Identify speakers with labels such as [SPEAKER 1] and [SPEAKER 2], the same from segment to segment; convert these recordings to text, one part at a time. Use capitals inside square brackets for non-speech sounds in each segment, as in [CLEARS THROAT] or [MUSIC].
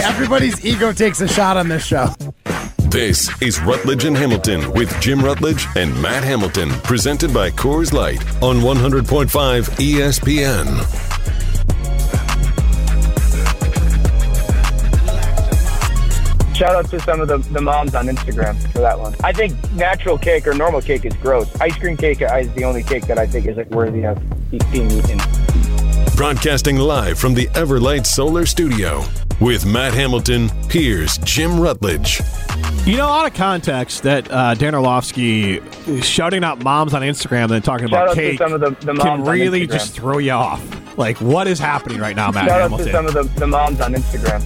[SPEAKER 1] Everybody's ego takes a shot on this show. [LAUGHS]
[SPEAKER 2] This is Rutledge and Hamilton with Jim Rutledge and Matt Hamilton, presented by Coors Light on 100.5 E ESPN.
[SPEAKER 3] Shout out to some of the, the moms on Instagram for that one. I think natural cake or normal cake is gross. Ice cream cake is the only cake that I think is like worthy of being eaten.
[SPEAKER 2] Broadcasting live from the Everlight Solar Studio with Matt Hamilton, here's Jim Rutledge.
[SPEAKER 4] You know, out of context, that uh, Dan Orlovsky shouting out moms on Instagram and then talking
[SPEAKER 3] Shout
[SPEAKER 4] about
[SPEAKER 3] out to
[SPEAKER 4] cake
[SPEAKER 3] some of the- the
[SPEAKER 4] can
[SPEAKER 3] moms on
[SPEAKER 4] really
[SPEAKER 3] Instagram.
[SPEAKER 4] just throw you off. Like, what is happening right now, Matt
[SPEAKER 3] Shout out
[SPEAKER 4] Hamilton?
[SPEAKER 3] to some of the, the moms on Instagram.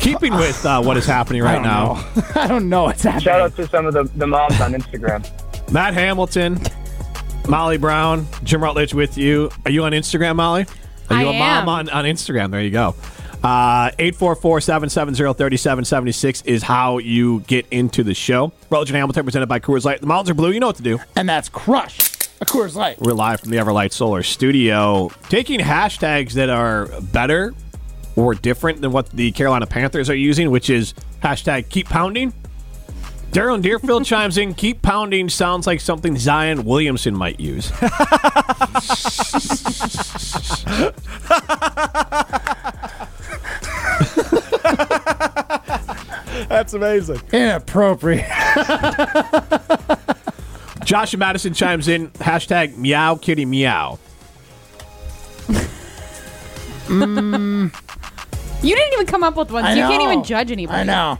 [SPEAKER 4] Keeping with uh, what is happening right now,
[SPEAKER 1] I don't know what's happening.
[SPEAKER 3] Shout out to some of the, the moms on Instagram.
[SPEAKER 4] Matt Hamilton, Molly Brown, Jim Rutledge with you. Are you on Instagram, Molly? Are you
[SPEAKER 5] I
[SPEAKER 4] a
[SPEAKER 5] am.
[SPEAKER 4] mom on, on Instagram? There you go. Uh, 844-770-3776 is how you get into the show. Rutledge and Hamilton presented by Coors Light. The mountains are blue. You know what to do.
[SPEAKER 1] And that's Crush, a Coors Light.
[SPEAKER 4] We're live from the Everlight Solar Studio, taking hashtags that are better or different than what the Carolina Panthers are using, which is hashtag keep pounding. Daryl Deerfield chimes in, keep pounding sounds like something Zion Williamson might use. That's amazing.
[SPEAKER 1] Inappropriate. [LAUGHS]
[SPEAKER 4] Josh and Madison chimes in, hashtag meow kitty meow.
[SPEAKER 5] You didn't even come up with one, so
[SPEAKER 1] I
[SPEAKER 5] you can't
[SPEAKER 1] know.
[SPEAKER 5] even judge anybody.
[SPEAKER 1] I know.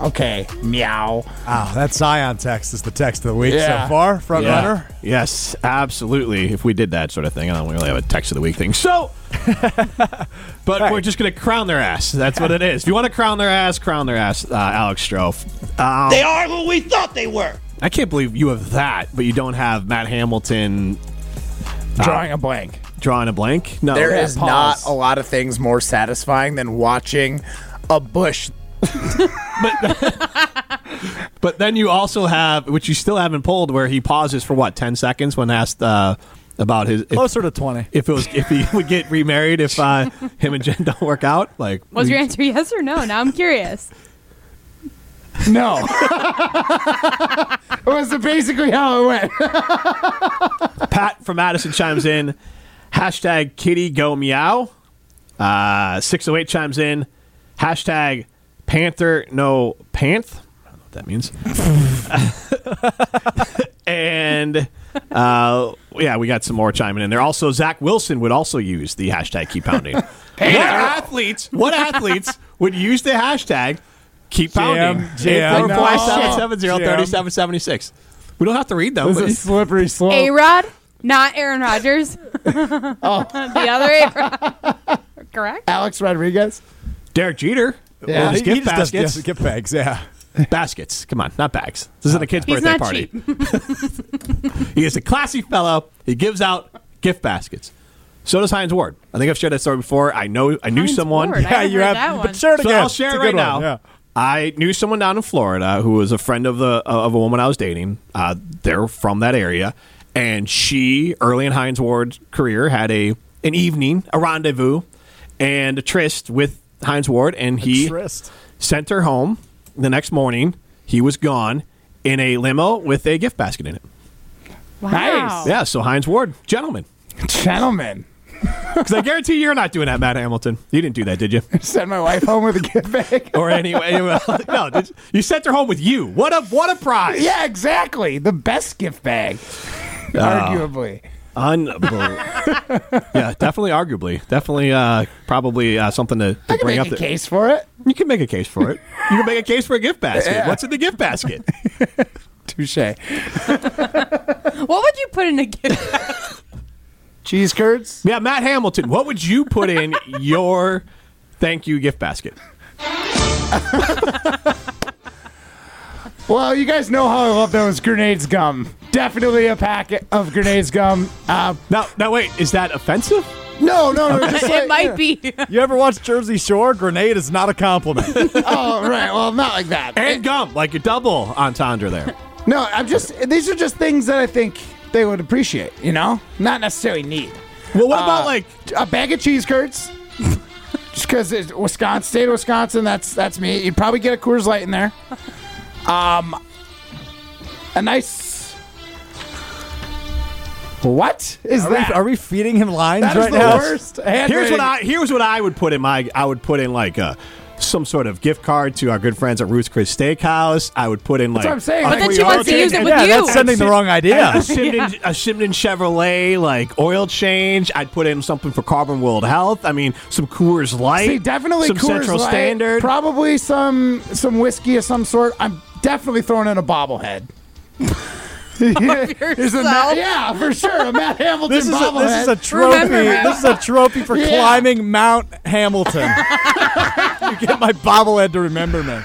[SPEAKER 1] Okay. Meow.
[SPEAKER 6] Wow, that Zion text is the text of the week
[SPEAKER 1] Yeah.
[SPEAKER 6] so far. Front
[SPEAKER 4] Yeah.
[SPEAKER 6] runner.
[SPEAKER 4] Yes, absolutely. If we did that sort of thing, I don't really have a text of the week thing. So, but we're just going to crown their ass. That's what it is. If you want to crown their ass, crown their ass, uh, Alex Strofe. Um, they are who we thought they were. I can't believe you have that, but you don't have Matt Hamilton
[SPEAKER 1] Drawing a blank.
[SPEAKER 4] drawing a blank. No,
[SPEAKER 1] There
[SPEAKER 4] yeah,
[SPEAKER 1] is
[SPEAKER 4] pause.
[SPEAKER 1] not a lot of things more satisfying than watching a bush.
[SPEAKER 4] But then you also have, which you still haven't pulled, where he pauses for what ten seconds when asked uh, about his. If,
[SPEAKER 6] Closer to 20.
[SPEAKER 4] if it was if he [LAUGHS] would get remarried if uh, him and Jen don't work out like
[SPEAKER 5] Was your answer yes or
[SPEAKER 1] [LAUGHS]
[SPEAKER 5] no? Now I'm curious.
[SPEAKER 1] No. [LAUGHS] it was basically how it went. [LAUGHS]
[SPEAKER 4] Pat from Madison chimes in. Hashtag kitty go meow. Uh, 608 chimes in. Hashtag panther no panth. I don't know what that means. [LAUGHS] and uh, yeah, we got some more chiming in there. Also, Zach Wilson would also use the hashtag keep
[SPEAKER 6] [LAUGHS]
[SPEAKER 4] pounding. what athletes? What athletes would use the hashtag keep
[SPEAKER 6] Jam,
[SPEAKER 4] pounding?
[SPEAKER 6] jam, no.
[SPEAKER 4] 844-770-3776. We don't have to read them.
[SPEAKER 6] This
[SPEAKER 4] but-
[SPEAKER 6] is a slippery slope.
[SPEAKER 1] Oh.
[SPEAKER 5] A Rod, not Aaron
[SPEAKER 1] [LAUGHS]
[SPEAKER 5] Rodgers.
[SPEAKER 1] Oh.
[SPEAKER 5] [LAUGHS] the other A Rod.
[SPEAKER 1] [LAUGHS]
[SPEAKER 5] Correct?
[SPEAKER 1] Alex Rodriguez.
[SPEAKER 4] Derek Jeter.
[SPEAKER 1] Yeah.
[SPEAKER 4] Well, his
[SPEAKER 6] He- he
[SPEAKER 4] gift
[SPEAKER 6] just does-
[SPEAKER 4] baskets.
[SPEAKER 6] yes, gift
[SPEAKER 5] [LAUGHS]
[SPEAKER 6] bags, yeah.
[SPEAKER 4] baskets. Come on, not bags. This isn't a kid's
[SPEAKER 5] He's
[SPEAKER 4] birthday
[SPEAKER 5] not
[SPEAKER 4] party. he is a classy fellow. He gives out gift baskets. So does Heinz Ward. I think I've shared that story before. I know I knew
[SPEAKER 5] Heinz
[SPEAKER 4] someone.
[SPEAKER 5] Ward, I
[SPEAKER 6] yeah,
[SPEAKER 5] haven't
[SPEAKER 6] you
[SPEAKER 5] heard
[SPEAKER 6] have.
[SPEAKER 5] that one.
[SPEAKER 6] But share it
[SPEAKER 4] So
[SPEAKER 6] again.
[SPEAKER 4] I'll share
[SPEAKER 6] It's
[SPEAKER 4] it
[SPEAKER 6] a
[SPEAKER 4] right
[SPEAKER 6] good
[SPEAKER 4] now.
[SPEAKER 6] one, yeah.
[SPEAKER 4] I knew someone down in Florida who was a friend of the of a woman I was dating. Uh, they're from that area, and she early in Heinz Ward's career had a an evening, a rendezvous, and a tryst with Heinz Ward, and he
[SPEAKER 6] tryst.
[SPEAKER 4] sent her home the next morning. He was gone in a limo with a gift basket in it.
[SPEAKER 5] Wow.
[SPEAKER 1] Nice.
[SPEAKER 4] Yeah, so Heinz Ward,
[SPEAKER 1] [LAUGHS]
[SPEAKER 4] gentleman.
[SPEAKER 1] Gentlemen.
[SPEAKER 4] Because I guarantee you're not doing that, Matt Hamilton. You didn't do that,
[SPEAKER 1] [LAUGHS]
[SPEAKER 4] did you?
[SPEAKER 1] Send my wife home with a gift bag. [LAUGHS]
[SPEAKER 4] Or anyway, well, [LAUGHS] no. Did you, you sent her home with you. What a what a prize!
[SPEAKER 1] Yeah, exactly. The best gift bag, Ah. arguably. [LAUGHS]
[SPEAKER 4] Unbelievable. yeah, definitely, arguably, definitely, uh, probably uh, something to, to
[SPEAKER 1] I can
[SPEAKER 4] bring
[SPEAKER 1] make
[SPEAKER 4] up.
[SPEAKER 1] a
[SPEAKER 4] that-
[SPEAKER 1] case for it.
[SPEAKER 4] You can make a case for it. You can make a case for a gift basket. What's in the gift basket?
[SPEAKER 1] Touche.
[SPEAKER 5] What would you put in a gift?
[SPEAKER 1] Cheese curds.
[SPEAKER 4] yeah, Matt Hamilton. What would you
[SPEAKER 1] [LAUGHS]
[SPEAKER 4] put in your thank you gift basket?
[SPEAKER 1] Well, you guys know how I love those grenades gum. Definitely a packet of grenades gum. Uh,
[SPEAKER 4] Now, now, wait. Is that offensive?
[SPEAKER 1] no, no, no. [LAUGHS] Just like,
[SPEAKER 5] it might be.
[SPEAKER 6] You ever watch Jersey Shore? Grenade is not a compliment.
[SPEAKER 1] Oh, right. Well, not like that.
[SPEAKER 4] And gum, like a double entendre there.
[SPEAKER 1] No, I'm just. These are just things that I think they would appreciate. You know, not necessarily need.
[SPEAKER 4] Well, what
[SPEAKER 1] Uh,
[SPEAKER 4] about like
[SPEAKER 1] a bag of cheese curds. [LAUGHS] just because it's Wisconsin, state of Wisconsin. That's that's me. You'd probably get a Coors Light in there. Um, a nice. What is
[SPEAKER 6] Are we,
[SPEAKER 1] that?
[SPEAKER 6] are we feeding him lines
[SPEAKER 1] That is
[SPEAKER 6] right
[SPEAKER 1] the
[SPEAKER 6] now?
[SPEAKER 1] worst. hand
[SPEAKER 4] Here's
[SPEAKER 1] rating.
[SPEAKER 4] what I here's what I would put in my I would put in like uh some sort of gift card to our good friends at Ruth's Chris Steakhouse. I would put in like
[SPEAKER 1] what I'm saying.
[SPEAKER 4] a
[SPEAKER 1] But
[SPEAKER 5] then
[SPEAKER 4] free
[SPEAKER 5] she wants
[SPEAKER 4] oil
[SPEAKER 5] to
[SPEAKER 4] change.
[SPEAKER 5] use it
[SPEAKER 4] And-
[SPEAKER 5] with
[SPEAKER 6] yeah,
[SPEAKER 5] you.
[SPEAKER 6] that's sending the wrong
[SPEAKER 4] and
[SPEAKER 6] idea.
[SPEAKER 4] A Shimden, a Shimden Chevrolet like oil change. I'd put in something for Carbon World Health. I mean, some Coors Light.
[SPEAKER 1] See, definitely
[SPEAKER 4] some
[SPEAKER 1] Coors
[SPEAKER 4] Central
[SPEAKER 1] Light,
[SPEAKER 4] Standard.
[SPEAKER 1] Probably some some whiskey of some sort. I'm definitely throwing in a
[SPEAKER 6] [LAUGHS]
[SPEAKER 1] bobblehead. [LAUGHS] There's a Matt-
[SPEAKER 5] [LAUGHS] yourself?
[SPEAKER 1] yeah, for sure. A Matt Hamilton
[SPEAKER 6] This is, a,
[SPEAKER 1] bobblehead.
[SPEAKER 6] this is a trophy.
[SPEAKER 5] Remember him.
[SPEAKER 6] This is a trophy for
[SPEAKER 1] Yeah.
[SPEAKER 6] climbing Mount Hamilton. you get my bobblehead to remember me.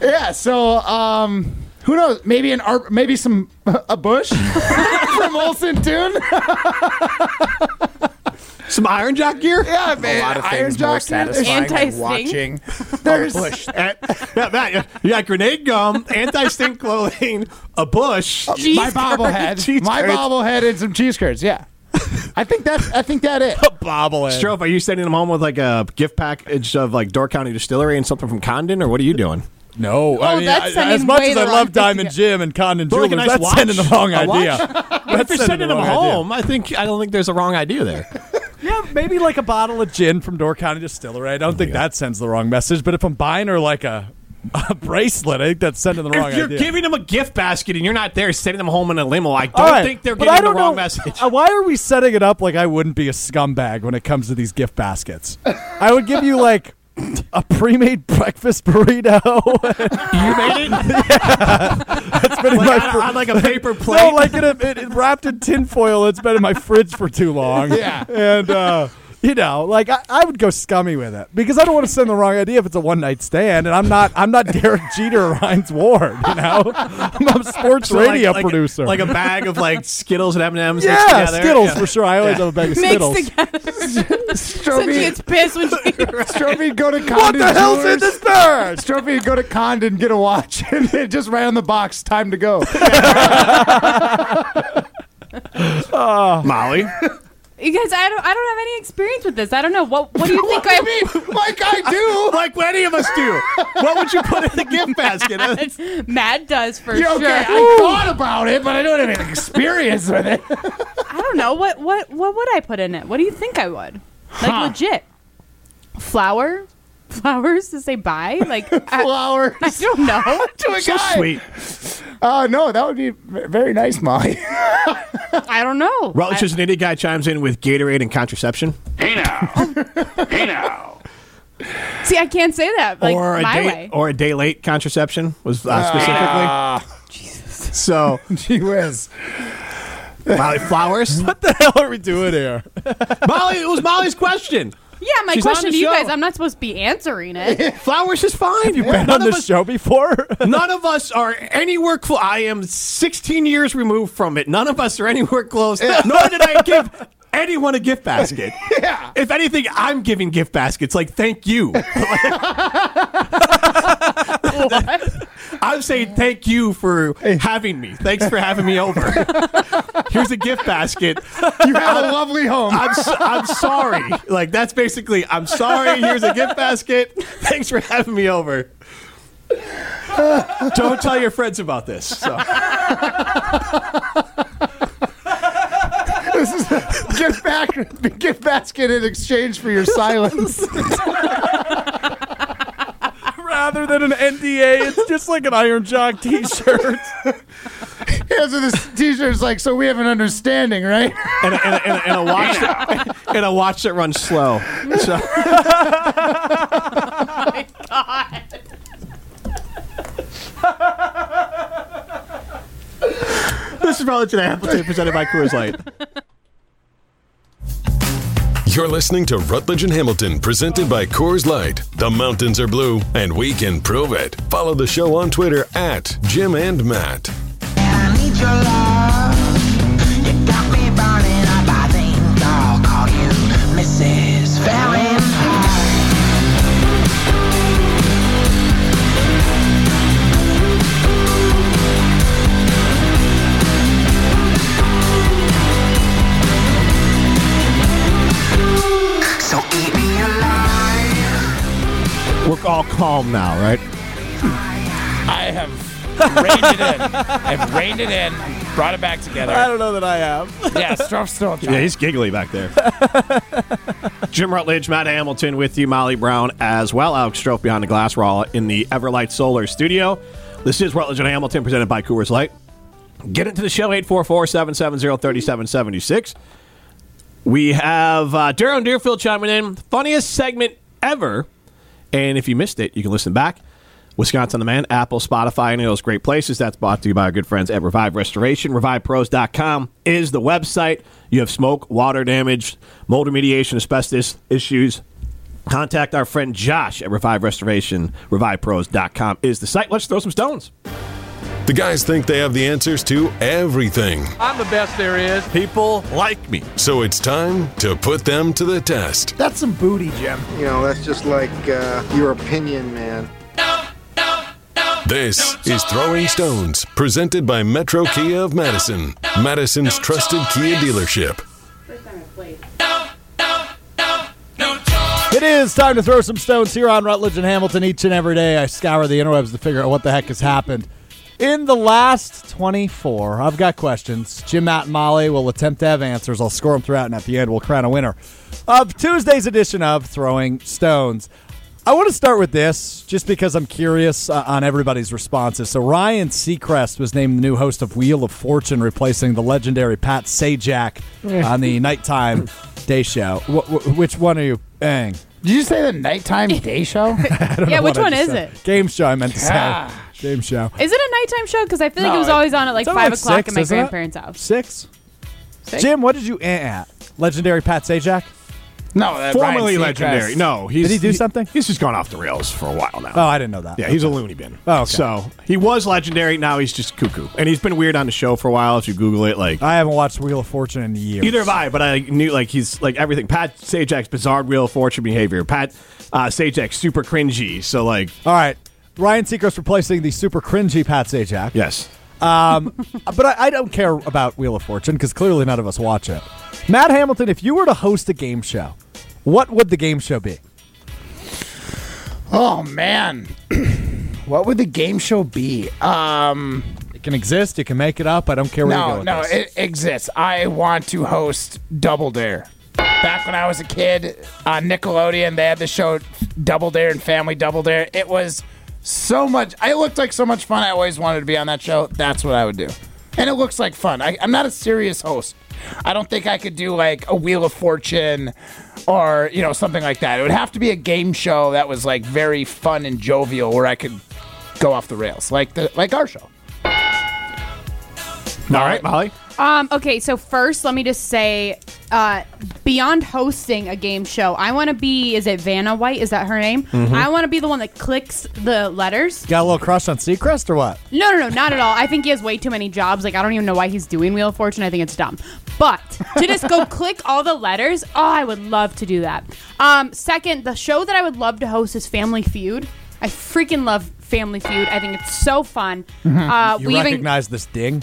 [SPEAKER 1] yeah. So, um, who knows? Maybe an ar- maybe some a [LAUGHS] bush from Olson Tune.
[SPEAKER 4] some Iron Jock gear.
[SPEAKER 1] [LAUGHS] yeah, man.
[SPEAKER 7] a lot of
[SPEAKER 1] Iron
[SPEAKER 7] things
[SPEAKER 1] Jock
[SPEAKER 7] more
[SPEAKER 1] dude, there's-
[SPEAKER 7] satisfying than
[SPEAKER 5] Anti-stink.
[SPEAKER 7] watching
[SPEAKER 1] There's
[SPEAKER 7] Bush.
[SPEAKER 4] yeah, Matt, you got grenade gum, [LAUGHS] anti-stink clothing, a bush.
[SPEAKER 1] my bobblehead.
[SPEAKER 4] Cheese
[SPEAKER 1] My
[SPEAKER 4] curds.
[SPEAKER 1] bobblehead and some cheese curds. Yeah. [LAUGHS] I think that's I think that [LAUGHS] it.
[SPEAKER 6] [LAUGHS] Bobblehead.
[SPEAKER 4] Strofe, are you sending them home with like a gift package of like Door County Distillery and something from Condon, or what are you doing?
[SPEAKER 6] No, I
[SPEAKER 5] Oh,
[SPEAKER 6] mean,
[SPEAKER 5] that's
[SPEAKER 6] I-
[SPEAKER 5] sending
[SPEAKER 6] as much
[SPEAKER 5] way
[SPEAKER 6] as
[SPEAKER 5] the
[SPEAKER 6] I
[SPEAKER 5] wrong
[SPEAKER 6] love
[SPEAKER 5] thing to
[SPEAKER 6] Diamond
[SPEAKER 5] get.
[SPEAKER 6] Jim and Condon
[SPEAKER 4] But
[SPEAKER 6] Jewelers,
[SPEAKER 4] like a nice
[SPEAKER 6] that's
[SPEAKER 4] watch?
[SPEAKER 6] sending the wrong
[SPEAKER 4] A watch?
[SPEAKER 6] idea.
[SPEAKER 4] if
[SPEAKER 6] [LAUGHS] That's
[SPEAKER 4] you're sending them
[SPEAKER 6] the wrong
[SPEAKER 4] home, I think I don't think there's a wrong idea [LAUGHS] there.
[SPEAKER 6] idea. yeah, maybe like a bottle of gin from Door County Distillery.
[SPEAKER 4] Oh
[SPEAKER 6] I don't think that sends the wrong message. But if I'm buying her like a, [LAUGHS] a bracelet, I think that's sending the wrong
[SPEAKER 4] if you're
[SPEAKER 6] idea.
[SPEAKER 4] giving them a gift basket and you're not there, sending them home in a limo, I don't
[SPEAKER 6] All right,
[SPEAKER 4] think they're
[SPEAKER 6] but
[SPEAKER 4] getting
[SPEAKER 6] I
[SPEAKER 4] the
[SPEAKER 6] don't
[SPEAKER 4] wrong
[SPEAKER 6] know-
[SPEAKER 4] message.
[SPEAKER 6] uh, Why are we setting it up like I wouldn't be a scumbag when it comes to these gift baskets? I would give you like a pre-made breakfast burrito. [LAUGHS]
[SPEAKER 4] you made it
[SPEAKER 6] it's been in
[SPEAKER 4] like,
[SPEAKER 6] my
[SPEAKER 4] on, on,
[SPEAKER 6] [LAUGHS]
[SPEAKER 4] like a paper plate.
[SPEAKER 6] No, like in a, it, it wrapped in tinfoil. It's been in my fridge for too long.
[SPEAKER 1] Yeah.
[SPEAKER 6] And, uh, you know, like I, I would go scummy with it because I don't want to send the wrong idea if it's a one night stand, and I'm not I'm not Derek Jeter or Heinz Ward, you know, [LAUGHS] I'm a sports
[SPEAKER 4] So, like-
[SPEAKER 6] radio
[SPEAKER 4] like-
[SPEAKER 6] producer.
[SPEAKER 4] like a bag of like Skittles and M and
[SPEAKER 6] [LAUGHS]
[SPEAKER 4] M's.
[SPEAKER 6] yeah, Skittles for sure. I always have a bag of
[SPEAKER 5] Mixed
[SPEAKER 6] Skittles.
[SPEAKER 5] together. Since she
[SPEAKER 1] Strophy,
[SPEAKER 5] gets
[SPEAKER 1] [LAUGHS]
[SPEAKER 5] pissed when she. [LAUGHS]
[SPEAKER 1] Strophy, go to Condon.
[SPEAKER 6] What the hell's in
[SPEAKER 1] Jewelers.
[SPEAKER 6] this bag?
[SPEAKER 1] Strophy, go to Condon, get a watch, [LAUGHS] and it just right on the box. Time to go.
[SPEAKER 4] Molly.
[SPEAKER 5] You guys, I don't. I don't have any experience with this. I don't know what. What
[SPEAKER 1] [LAUGHS]
[SPEAKER 5] do you think? I
[SPEAKER 1] like I do.
[SPEAKER 4] [LAUGHS] like any of us do. What would you put in the gift basket? [LAUGHS]
[SPEAKER 5] It's [LAUGHS] Matt does
[SPEAKER 1] [LAUGHS]
[SPEAKER 5] for
[SPEAKER 1] Yeah,
[SPEAKER 5] sure.
[SPEAKER 1] okay, I thought about it, but I don't have any experience with [LAUGHS] it.
[SPEAKER 5] I don't know what what what would I put in it. What do you think I would? Like
[SPEAKER 1] Huh.
[SPEAKER 5] legit, flower, flowers to say bye.
[SPEAKER 6] [LAUGHS]
[SPEAKER 5] Like I,
[SPEAKER 1] Flower
[SPEAKER 5] I don't know.
[SPEAKER 1] to a guy.
[SPEAKER 4] Sweet.
[SPEAKER 1] Uh, no, that would be v- very nice, Molly.
[SPEAKER 5] I don't know.
[SPEAKER 4] Rutledge is an idiot guy chimes in with Gatorade and contraception.
[SPEAKER 5] I, see, I can't say that. Like
[SPEAKER 4] or a
[SPEAKER 5] my
[SPEAKER 4] day
[SPEAKER 5] way.
[SPEAKER 4] or a day late contraception was uh, specifically. Jesus. So
[SPEAKER 1] [LAUGHS] Gee whiz.
[SPEAKER 4] Molly Flowers.
[SPEAKER 6] What the hell are we
[SPEAKER 4] [LAUGHS]
[SPEAKER 6] doing here?
[SPEAKER 4] Molly, it was Molly's question.
[SPEAKER 6] Oh,
[SPEAKER 5] yeah, my
[SPEAKER 4] She's on
[SPEAKER 5] question
[SPEAKER 4] the
[SPEAKER 5] to you
[SPEAKER 4] show.
[SPEAKER 5] guys. I'm not supposed to be answering it.
[SPEAKER 4] Flowers is fine. You've
[SPEAKER 6] Been on this show before? [LAUGHS]
[SPEAKER 4] None of us are anywhere close. I am 16 years removed from it. None of us are anywhere close. Nor did I give anyone a gift basket.
[SPEAKER 1] Yeah.
[SPEAKER 4] If anything, I'm giving gift baskets. Like, thank you. [LAUGHS] I'm saying thank you for having me. Thanks for having me over. Here's a gift basket.
[SPEAKER 1] You have a lovely home.
[SPEAKER 4] I'm, so, I'm sorry. Like, that's basically, I'm sorry. Here's a gift basket. Thanks for having me over. Don't tell your friends about this. So.
[SPEAKER 1] [LAUGHS] This is a gift, back, gift basket in exchange for your [LAUGHS] silence.
[SPEAKER 6] Rather than an NDA, it's just like an Iron Jock T-shirt. [LAUGHS]
[SPEAKER 1] Yeah, so this t-shirt's like, so we have an understanding, right?
[SPEAKER 4] and a, and a, and a, and a watch that, and a watch that runs slow. So, this is Relative Hamilton presented by Coors Light.
[SPEAKER 2] You're listening to Rutledge and Hamilton, presented by Coors Light. The mountains are blue, and we can prove it. Follow the show on Twitter at Jim and Matt.
[SPEAKER 8] I need your love. You got me burning up. I think I'll call you Mrs. Fahrenheit. So eat me alive.
[SPEAKER 4] We're all calm now, right?
[SPEAKER 1] I have reined it in. I've reined it in. Brought it back together.
[SPEAKER 6] don't know that I have.
[SPEAKER 1] Yeah, Struff still.
[SPEAKER 4] Yeah, he's giggly back there. Jim Rutledge, Matt Hamilton with you, Molly Brown as well. Alex Strofe behind the glass. We're all in the Everlight Solar Studio. This is Rutledge and Hamilton presented by Coors Light. Get into the show 844 770 3776. We have uh, Darren Deerfield chiming in. Funniest segment ever. And if you missed it, you can listen back. Wisconsin The Man, Apple, Spotify, any of those great places. That's brought to you by our good friends at Revive Restoration. RevivePros.com is the website. You have smoke, water damage, mold remediation, asbestos issues. Contact our friend Josh at Revive Restoration. RevivePros.com is the site. Let's throw some stones.
[SPEAKER 2] The guys think they have the answers to everything,
[SPEAKER 7] I'm the best there is.
[SPEAKER 4] People like me.
[SPEAKER 2] so it's time to put them to the test.
[SPEAKER 1] That's some booty, Jim.
[SPEAKER 9] You know, that's just like uh, your opinion, man.
[SPEAKER 2] This is Throwing Stones, presented by Metro Kia of Madison, Madison's trusted Kia dealership.
[SPEAKER 6] It is time to throw some stones here on Rutledge and Hamilton each and every day. I scour the interwebs to figure out what the heck has happened. In the last 24, I've got questions. Jim, Matt, and Molly will attempt to have answers. I'll score them throughout, and at the end, we'll crown a winner of Tuesday's edition of Throwing Stones. I want to start with this just because I'm curious uh, on everybody's responses. So, Ryan Seacrest was named the new host of Wheel of Fortune, replacing the legendary Pat Sajak on the nighttime day show. Wh- wh- which one are you? Bang.
[SPEAKER 1] Did you say the nighttime day [LAUGHS] show?
[SPEAKER 5] Yeah, which
[SPEAKER 6] what [LAUGHS] I
[SPEAKER 5] one
[SPEAKER 6] just
[SPEAKER 5] is
[SPEAKER 6] said.
[SPEAKER 5] it?
[SPEAKER 6] Game show, I meant to
[SPEAKER 1] Gosh.
[SPEAKER 6] say. Game show.
[SPEAKER 5] Is it a nighttime show? Because I feel like
[SPEAKER 1] No,
[SPEAKER 5] it was
[SPEAKER 1] it-
[SPEAKER 5] always on at like
[SPEAKER 6] It's on
[SPEAKER 5] five
[SPEAKER 6] like
[SPEAKER 5] o'clock
[SPEAKER 6] six,
[SPEAKER 5] at my
[SPEAKER 6] isn't it?
[SPEAKER 5] grandparents' house.
[SPEAKER 6] Six?
[SPEAKER 5] Six.
[SPEAKER 6] Jim, what did you eh at? Legendary Pat Sajak?
[SPEAKER 1] No, that
[SPEAKER 4] Formerly
[SPEAKER 1] Ryan
[SPEAKER 4] legendary.
[SPEAKER 1] Seacrest.
[SPEAKER 4] No, he's,
[SPEAKER 6] Did he do something?
[SPEAKER 4] He's just gone off the rails for a while now.
[SPEAKER 6] Oh, I didn't know that.
[SPEAKER 4] Yeah, he's a loony bin.
[SPEAKER 6] Oh, okay.
[SPEAKER 4] so he was legendary. Now he's just cuckoo, and he's been weird on the show for a while. If you Google it, like
[SPEAKER 6] I haven't watched Wheel of Fortune in years.
[SPEAKER 4] either have I, but I knew like he's like everything. Pat Sajak's bizarre wheel of fortune behavior. Pat uh, Sajak's super cringy. So like
[SPEAKER 6] All right. Ryan Seacrest replacing the super cringy Pat Sajak. Uh,
[SPEAKER 4] yes,
[SPEAKER 6] But I, I don't care about Wheel of Fortune because clearly none of us watch it. Matt Hamilton, if you were to host a game show, what would the game show be?
[SPEAKER 1] Oh man, [CLEARS THROAT] what would the game show be? Um,
[SPEAKER 6] It can exist. You can make it up. I don't care where you go
[SPEAKER 1] no,
[SPEAKER 6] with
[SPEAKER 1] no,
[SPEAKER 6] this.
[SPEAKER 1] it exists. I want to host Double Dare. Back when I was a kid on Nickelodeon, they had the show Double Dare and Family Double Dare. It was so much. I looked like so much fun. I always wanted to be on that show. That's what I would do. And it looks like fun. I, I'm not a serious host. I don't think I could do like a Wheel of Fortune or you know something like that. It would have to be a game show that was like very fun and jovial, where I could go off the rails, like the like our show.
[SPEAKER 4] all right, Molly.
[SPEAKER 5] Um, okay, so first, let me just say, uh, beyond hosting a game show, I want to be—is it Vanna White? Is that her name?
[SPEAKER 6] Mm-hmm.
[SPEAKER 5] I want to be the one that clicks the letters.
[SPEAKER 6] Got a little crush on Seacrest or what?
[SPEAKER 5] No, no, no, not at all. I think he has way too many jobs. Like, I don't even know why he's doing Wheel of Fortune. I think it's dumb. But to just go click all the letters, oh, I would love to do that. Um, second, the show that I would love to host is Family Feud. I freaking love Family Feud. I think it's so fun. Uh,
[SPEAKER 6] You
[SPEAKER 5] we even
[SPEAKER 6] recognize this ding?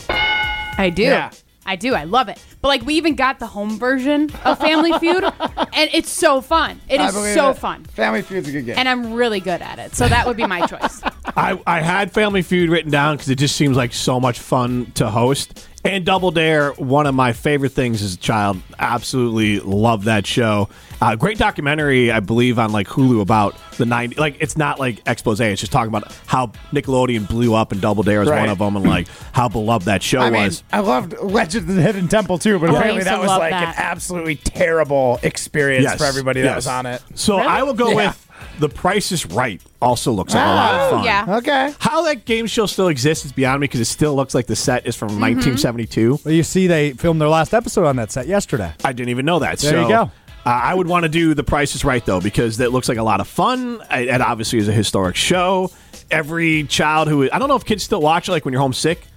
[SPEAKER 5] I do.
[SPEAKER 1] Mm-hmm. Yeah.
[SPEAKER 5] I do. I love it. But like we even got the home version of Family
[SPEAKER 1] [LAUGHS]
[SPEAKER 5] Feud and it's so fun. It
[SPEAKER 1] I
[SPEAKER 5] is
[SPEAKER 1] believe
[SPEAKER 5] so
[SPEAKER 1] it.
[SPEAKER 5] fun.
[SPEAKER 1] Family Feud's a good game.
[SPEAKER 5] And I'm really good at it. So that would be
[SPEAKER 1] [LAUGHS]
[SPEAKER 5] my choice.
[SPEAKER 4] I, I had Family Feud written down because it just seems like so much fun to host. And Double Dare, one of my favorite things as a child. Absolutely love that show. Uh, great documentary, I believe, on like Hulu about the 90s. Like, it's not like expose. It's just talking about how Nickelodeon blew up and Double Dare is one
[SPEAKER 1] Right.
[SPEAKER 4] of them and like how beloved that show
[SPEAKER 1] I mean,
[SPEAKER 4] was.
[SPEAKER 1] I loved Legend of the Hidden Temple too, but apparently
[SPEAKER 5] used to
[SPEAKER 1] that was
[SPEAKER 5] love
[SPEAKER 1] like an
[SPEAKER 5] that.
[SPEAKER 1] absolutely terrible experience
[SPEAKER 4] Yes,
[SPEAKER 1] for everybody that
[SPEAKER 4] yes.
[SPEAKER 1] was on it.
[SPEAKER 4] So I will go
[SPEAKER 1] Yeah.
[SPEAKER 4] with The Price is Right also looks like a lot of
[SPEAKER 1] Oh,
[SPEAKER 4] fun.
[SPEAKER 5] yeah.
[SPEAKER 1] Okay.
[SPEAKER 4] How that game show still exists is beyond me because it still looks like the set is from
[SPEAKER 1] Mm-hmm.
[SPEAKER 4] 1972.
[SPEAKER 6] Well, you see, they filmed their last episode on that set yesterday.
[SPEAKER 4] I didn't even know that.
[SPEAKER 6] There
[SPEAKER 4] so,
[SPEAKER 6] you go.
[SPEAKER 4] Uh, I would want to do The Price is Right though because that looks like a lot of fun. It, it obviously is a historic show. Every child who I don't know if kids still watch it, like when you're homesick.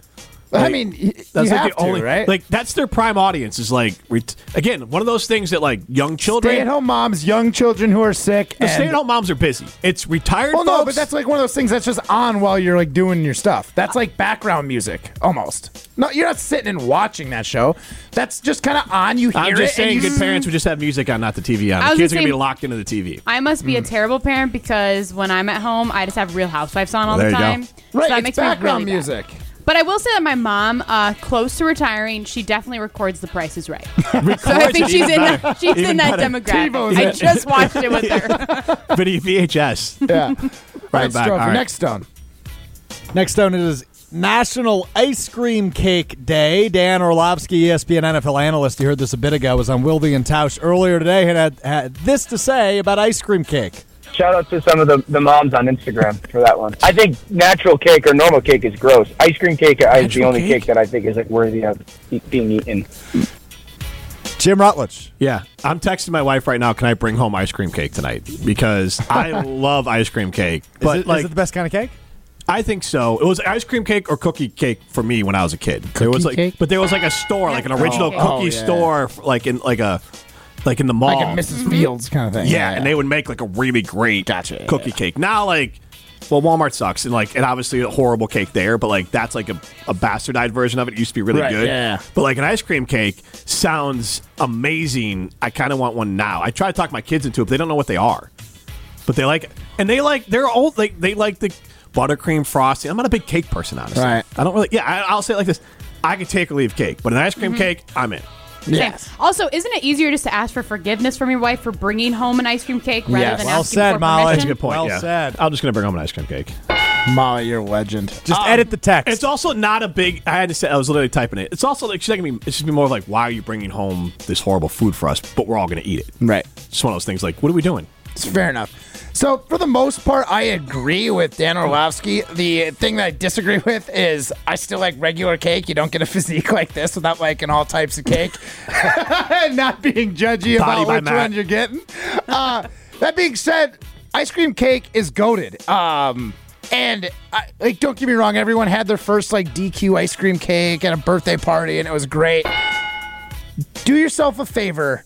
[SPEAKER 1] I mean, y-
[SPEAKER 4] That's
[SPEAKER 1] you
[SPEAKER 4] like
[SPEAKER 1] have
[SPEAKER 4] the only
[SPEAKER 1] to, right?
[SPEAKER 4] Like that's their prime audience is like ret- again one of those things that like young children.
[SPEAKER 1] stay-at-home moms, young children who are sick.
[SPEAKER 4] The
[SPEAKER 1] and-
[SPEAKER 4] stay-at-home moms are busy. It's retired.
[SPEAKER 1] Well, no,
[SPEAKER 4] folks.
[SPEAKER 1] but that's like one of those things that's just on while you're like doing your stuff. That's like background music almost. No, you're not sitting and watching that show. That's just kind of on. You hear
[SPEAKER 4] I'm just
[SPEAKER 1] it. and
[SPEAKER 4] saying,
[SPEAKER 1] you
[SPEAKER 4] good
[SPEAKER 1] s-
[SPEAKER 4] parents would just have music on, not the TV on.
[SPEAKER 5] I
[SPEAKER 4] The
[SPEAKER 5] was
[SPEAKER 4] kids are
[SPEAKER 5] gonna
[SPEAKER 4] gonna be
[SPEAKER 5] say-
[SPEAKER 4] locked into the TV.
[SPEAKER 5] I must be a
[SPEAKER 4] Hmm.
[SPEAKER 5] terrible parent because when I'm at home, I just have Real Housewives on all
[SPEAKER 4] There you
[SPEAKER 5] the
[SPEAKER 4] go.
[SPEAKER 5] time.
[SPEAKER 1] Right,
[SPEAKER 5] so that
[SPEAKER 1] it's
[SPEAKER 5] makes
[SPEAKER 1] background
[SPEAKER 5] me really bad.
[SPEAKER 1] music.
[SPEAKER 5] But I will say that my mom, uh, close to retiring, she definitely records The Price Is Right. so I
[SPEAKER 4] Records
[SPEAKER 5] think
[SPEAKER 4] it
[SPEAKER 5] she's
[SPEAKER 4] even
[SPEAKER 5] in
[SPEAKER 4] better.
[SPEAKER 5] that, she's in that demographic.
[SPEAKER 1] TiVo's
[SPEAKER 5] I
[SPEAKER 1] it.
[SPEAKER 5] just watched it with her.
[SPEAKER 4] Video [LAUGHS] VHS.
[SPEAKER 1] Yeah.
[SPEAKER 4] [LAUGHS] right back.
[SPEAKER 1] Stone,
[SPEAKER 4] All right.
[SPEAKER 1] Next stone.
[SPEAKER 6] Next stone is National Ice Cream Cake Day. Dan Orlovsky, E ESPN NFL analyst, you heard this a bit ago, was on Wildy and Tausch earlier today and had, had this to say about ice cream cake.
[SPEAKER 3] Shout out to some of the, the moms on Instagram for that one. I think natural cake or normal cake is gross. Ice cream cake is the
[SPEAKER 4] Natural
[SPEAKER 3] only
[SPEAKER 4] cake?
[SPEAKER 3] cake that I think is like worthy of be- being eaten.
[SPEAKER 6] Jim Rutledge.
[SPEAKER 4] Yeah, I'm texting my wife right now. Can I bring home ice cream cake tonight? Because I love ice cream cake. But
[SPEAKER 6] is, it,
[SPEAKER 4] like,
[SPEAKER 6] is it the best kind of cake?
[SPEAKER 4] I think so. It was ice cream cake or cookie cake for me when I was a kid. there was like,
[SPEAKER 1] cake?
[SPEAKER 4] but there was like a store, like an original
[SPEAKER 5] cake.
[SPEAKER 1] Oh,
[SPEAKER 4] cookie
[SPEAKER 1] yeah.
[SPEAKER 4] store, f- like in like a like in the mall.
[SPEAKER 1] Like a Mrs. Fields kind of thing.
[SPEAKER 4] Yeah, and they would make like a really great
[SPEAKER 1] Gotcha,
[SPEAKER 4] cookie cake. Now, like, well, Walmart sucks, and like, and obviously a horrible cake there, but like that's like a, a bastardized version of it. It used to be really
[SPEAKER 1] Right,
[SPEAKER 4] good.
[SPEAKER 1] yeah.
[SPEAKER 4] But like an ice cream cake sounds amazing. I kind of want one now. I try to talk my kids into it, but they don't know what they are. But they like, and they like, they're old. Like they like the buttercream frosting. I'm not a big cake person, honestly.
[SPEAKER 1] Right.
[SPEAKER 4] I don't really. Yeah, I, I'll say it like this: I could take or leave cake, but an ice
[SPEAKER 6] Mm-hmm.
[SPEAKER 4] cream cake, I'm in.
[SPEAKER 1] Yes.
[SPEAKER 5] Also, isn't it easier just to ask for forgiveness from your wife for bringing home an ice cream cake rather
[SPEAKER 1] Yes.
[SPEAKER 5] than
[SPEAKER 1] Well
[SPEAKER 5] asking
[SPEAKER 6] said,
[SPEAKER 5] for
[SPEAKER 6] Molly.
[SPEAKER 5] permission?
[SPEAKER 4] That's a good point.
[SPEAKER 6] Well
[SPEAKER 4] yeah.
[SPEAKER 6] said.
[SPEAKER 4] I'm just gonna bring home an ice cream cake.
[SPEAKER 1] Molly, you're a legend.
[SPEAKER 6] Just
[SPEAKER 4] Um,
[SPEAKER 6] edit the text.
[SPEAKER 4] It's also not a big. I had to say I was literally typing it. It's also like she's not gonna be. It's just gonna be more of like, why are you bringing home this horrible food for us? But we're all gonna eat it.
[SPEAKER 1] Right.
[SPEAKER 4] It's one of those things. Like, what are we doing?
[SPEAKER 1] It's fair enough. So, for the most part, I agree with Dan Orlovsky. The thing that I disagree with is I still like regular cake. You don't get a physique like this without liking all types of cake and [LAUGHS] not being judgy
[SPEAKER 4] Body
[SPEAKER 1] about
[SPEAKER 4] by
[SPEAKER 1] which
[SPEAKER 4] Matt.
[SPEAKER 1] one you're getting. Uh, that being said, ice cream cake is goaded. Um, and I, like, don't get me wrong, everyone had their first like DQ ice cream cake at a birthday party, and it was great. Do yourself a favor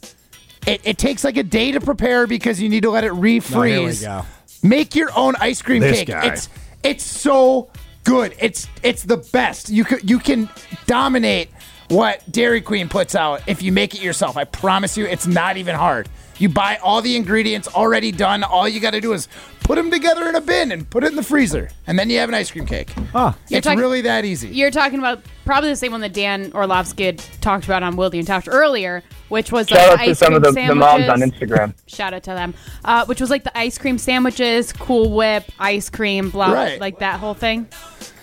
[SPEAKER 1] it, it takes like a day to prepare because you need to let it refreeze.
[SPEAKER 6] Oh, here we go.
[SPEAKER 1] Make your own ice cream
[SPEAKER 4] This
[SPEAKER 1] cake.
[SPEAKER 4] guy.
[SPEAKER 1] It's it's so good. It's it's the best. You could you can dominate what Dairy Queen puts out if you make it yourself. I promise you, it's not even hard. You buy all the ingredients already done. All you got to do is put them together in a bin and put it in the freezer, and then you have an ice cream cake.
[SPEAKER 6] Huh.
[SPEAKER 1] It's
[SPEAKER 5] talking-
[SPEAKER 1] really that easy.
[SPEAKER 5] You're talking about probably the same one that Dan Orlovsky had talked about on Wildy and Tosh earlier, which was
[SPEAKER 3] Shout
[SPEAKER 5] like,
[SPEAKER 3] out
[SPEAKER 5] the
[SPEAKER 3] to
[SPEAKER 5] ice
[SPEAKER 3] some of
[SPEAKER 5] cream
[SPEAKER 3] the, the moms on
[SPEAKER 5] sandwiches.
[SPEAKER 3] Instagram.
[SPEAKER 5] Shout out to them. Uh, which was like the ice cream sandwiches, Cool Whip, ice cream, blah,
[SPEAKER 1] Right.
[SPEAKER 5] like that whole thing.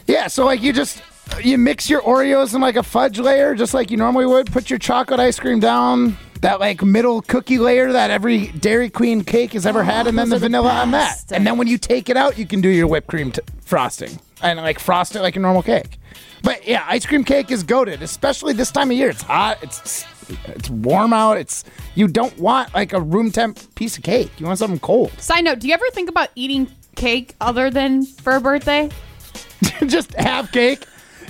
[SPEAKER 1] Yeah. So like you just. You mix your Oreos in like a fudge layer, just like you normally would. Put your chocolate ice cream down, that like middle cookie layer that every Dairy Queen cake has ever had, and then the
[SPEAKER 5] Oh, those are the
[SPEAKER 1] vanilla on that.
[SPEAKER 5] best.
[SPEAKER 1] And then when you take it out, you can do your whipped cream t- frosting and like frost it like a normal cake. But yeah, ice cream cake is goaded, especially this time of year. It's hot. It's it's warm out. It's you don't want like a room temp piece of cake. You want something cold.
[SPEAKER 5] Side note, do you ever think about eating cake other than for a birthday?
[SPEAKER 1] [LAUGHS] just have cake.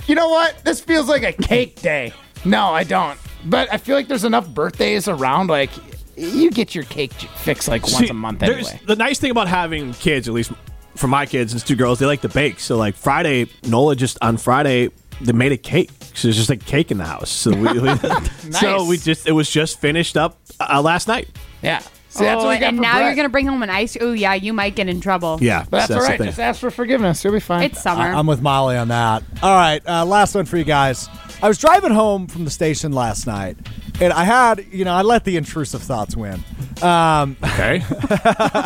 [SPEAKER 1] You know what? This feels like a cake day. No, I don't. But I feel like there's enough birthdays around. Like, you get your cake j- fix like once
[SPEAKER 4] See,
[SPEAKER 1] a month
[SPEAKER 4] there's-
[SPEAKER 1] anyway.
[SPEAKER 4] The nice thing about having kids, at least for my kids, it's two girls. They like to bake. So like Friday, Nola just on Friday they made a cake. So there's just like cake in the house. So
[SPEAKER 1] [LAUGHS]
[SPEAKER 4] we, we- so we just it was just finished up uh, last night.
[SPEAKER 1] Yeah. See, that's what we got
[SPEAKER 5] Oh, and
[SPEAKER 1] for
[SPEAKER 5] now you're
[SPEAKER 1] Brett.
[SPEAKER 5] going to bring home an ice. Oh, yeah, you might get in trouble.
[SPEAKER 4] Yeah,
[SPEAKER 1] But that's,
[SPEAKER 4] the
[SPEAKER 1] all right.
[SPEAKER 4] thing.
[SPEAKER 1] Just ask for forgiveness. You'll be fine.
[SPEAKER 5] It's summer.
[SPEAKER 6] I- I'm with Molly on that. All right, uh, last one for you guys. I was driving home from the station last night, and I had, you know, I let the intrusive thoughts win. Um,
[SPEAKER 4] Okay. [LAUGHS]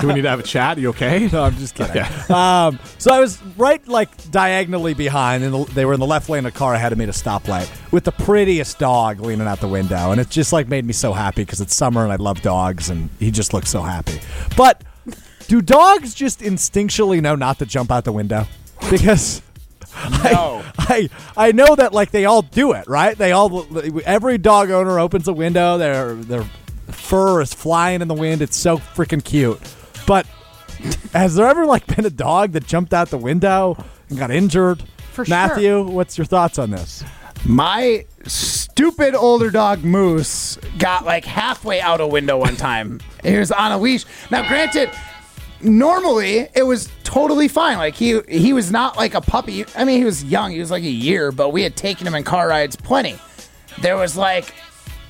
[SPEAKER 4] Do we need to have a chat? you
[SPEAKER 1] [LAUGHS]
[SPEAKER 4] okay?
[SPEAKER 6] no, I'm just kidding. [LAUGHS] Um, so I was right, like diagonally behind, and they were in the left lane of the car ahead of me at a stoplight with the prettiest dog leaning out the window, and it just like made me so happy because it's summer and I love dogs, and he just looked so happy. But do dogs just instinctually know not to jump out the window? Because
[SPEAKER 1] No.
[SPEAKER 6] [LAUGHS] I I know that like they all do it, right? They all every dog owner opens a window, their their fur is flying in the wind. It's so freaking cute. But has there ever like been a dog that jumped out the window and got injured?
[SPEAKER 5] For sure.
[SPEAKER 6] Matthew, what's your thoughts on this?
[SPEAKER 1] My stupid older dog Moose got like halfway out a window one time. he was on a leash. Now, granted, normally it was totally fine. Like he he was not like a puppy. I mean, he was young. He was like a year, but we had taken him in car rides plenty. There was like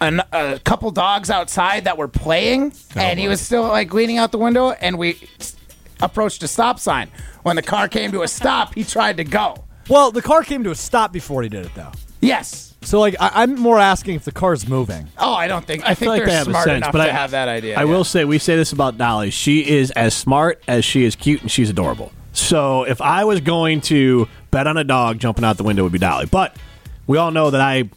[SPEAKER 1] an, a couple dogs outside that were playing, and he was still like leaning out the window, and we s- approached a stop sign. When the car came to a stop, he tried to go.
[SPEAKER 6] Well, the car came to a stop before he did it, though.
[SPEAKER 1] Yes.
[SPEAKER 6] So, like, I- I'm more asking if the car's moving.
[SPEAKER 1] Oh, I don't think. I, think
[SPEAKER 4] feel like
[SPEAKER 1] they're
[SPEAKER 4] they have a
[SPEAKER 1] smart
[SPEAKER 4] sense,
[SPEAKER 1] enough
[SPEAKER 4] but
[SPEAKER 1] to
[SPEAKER 4] I
[SPEAKER 1] have that idea.
[SPEAKER 4] I
[SPEAKER 1] yeah.
[SPEAKER 4] will say we say this about Dolly: she is as smart as she is cute, and she's adorable. So if I was going to bet on a dog jumping out the window, it would be Dolly. But we all know that I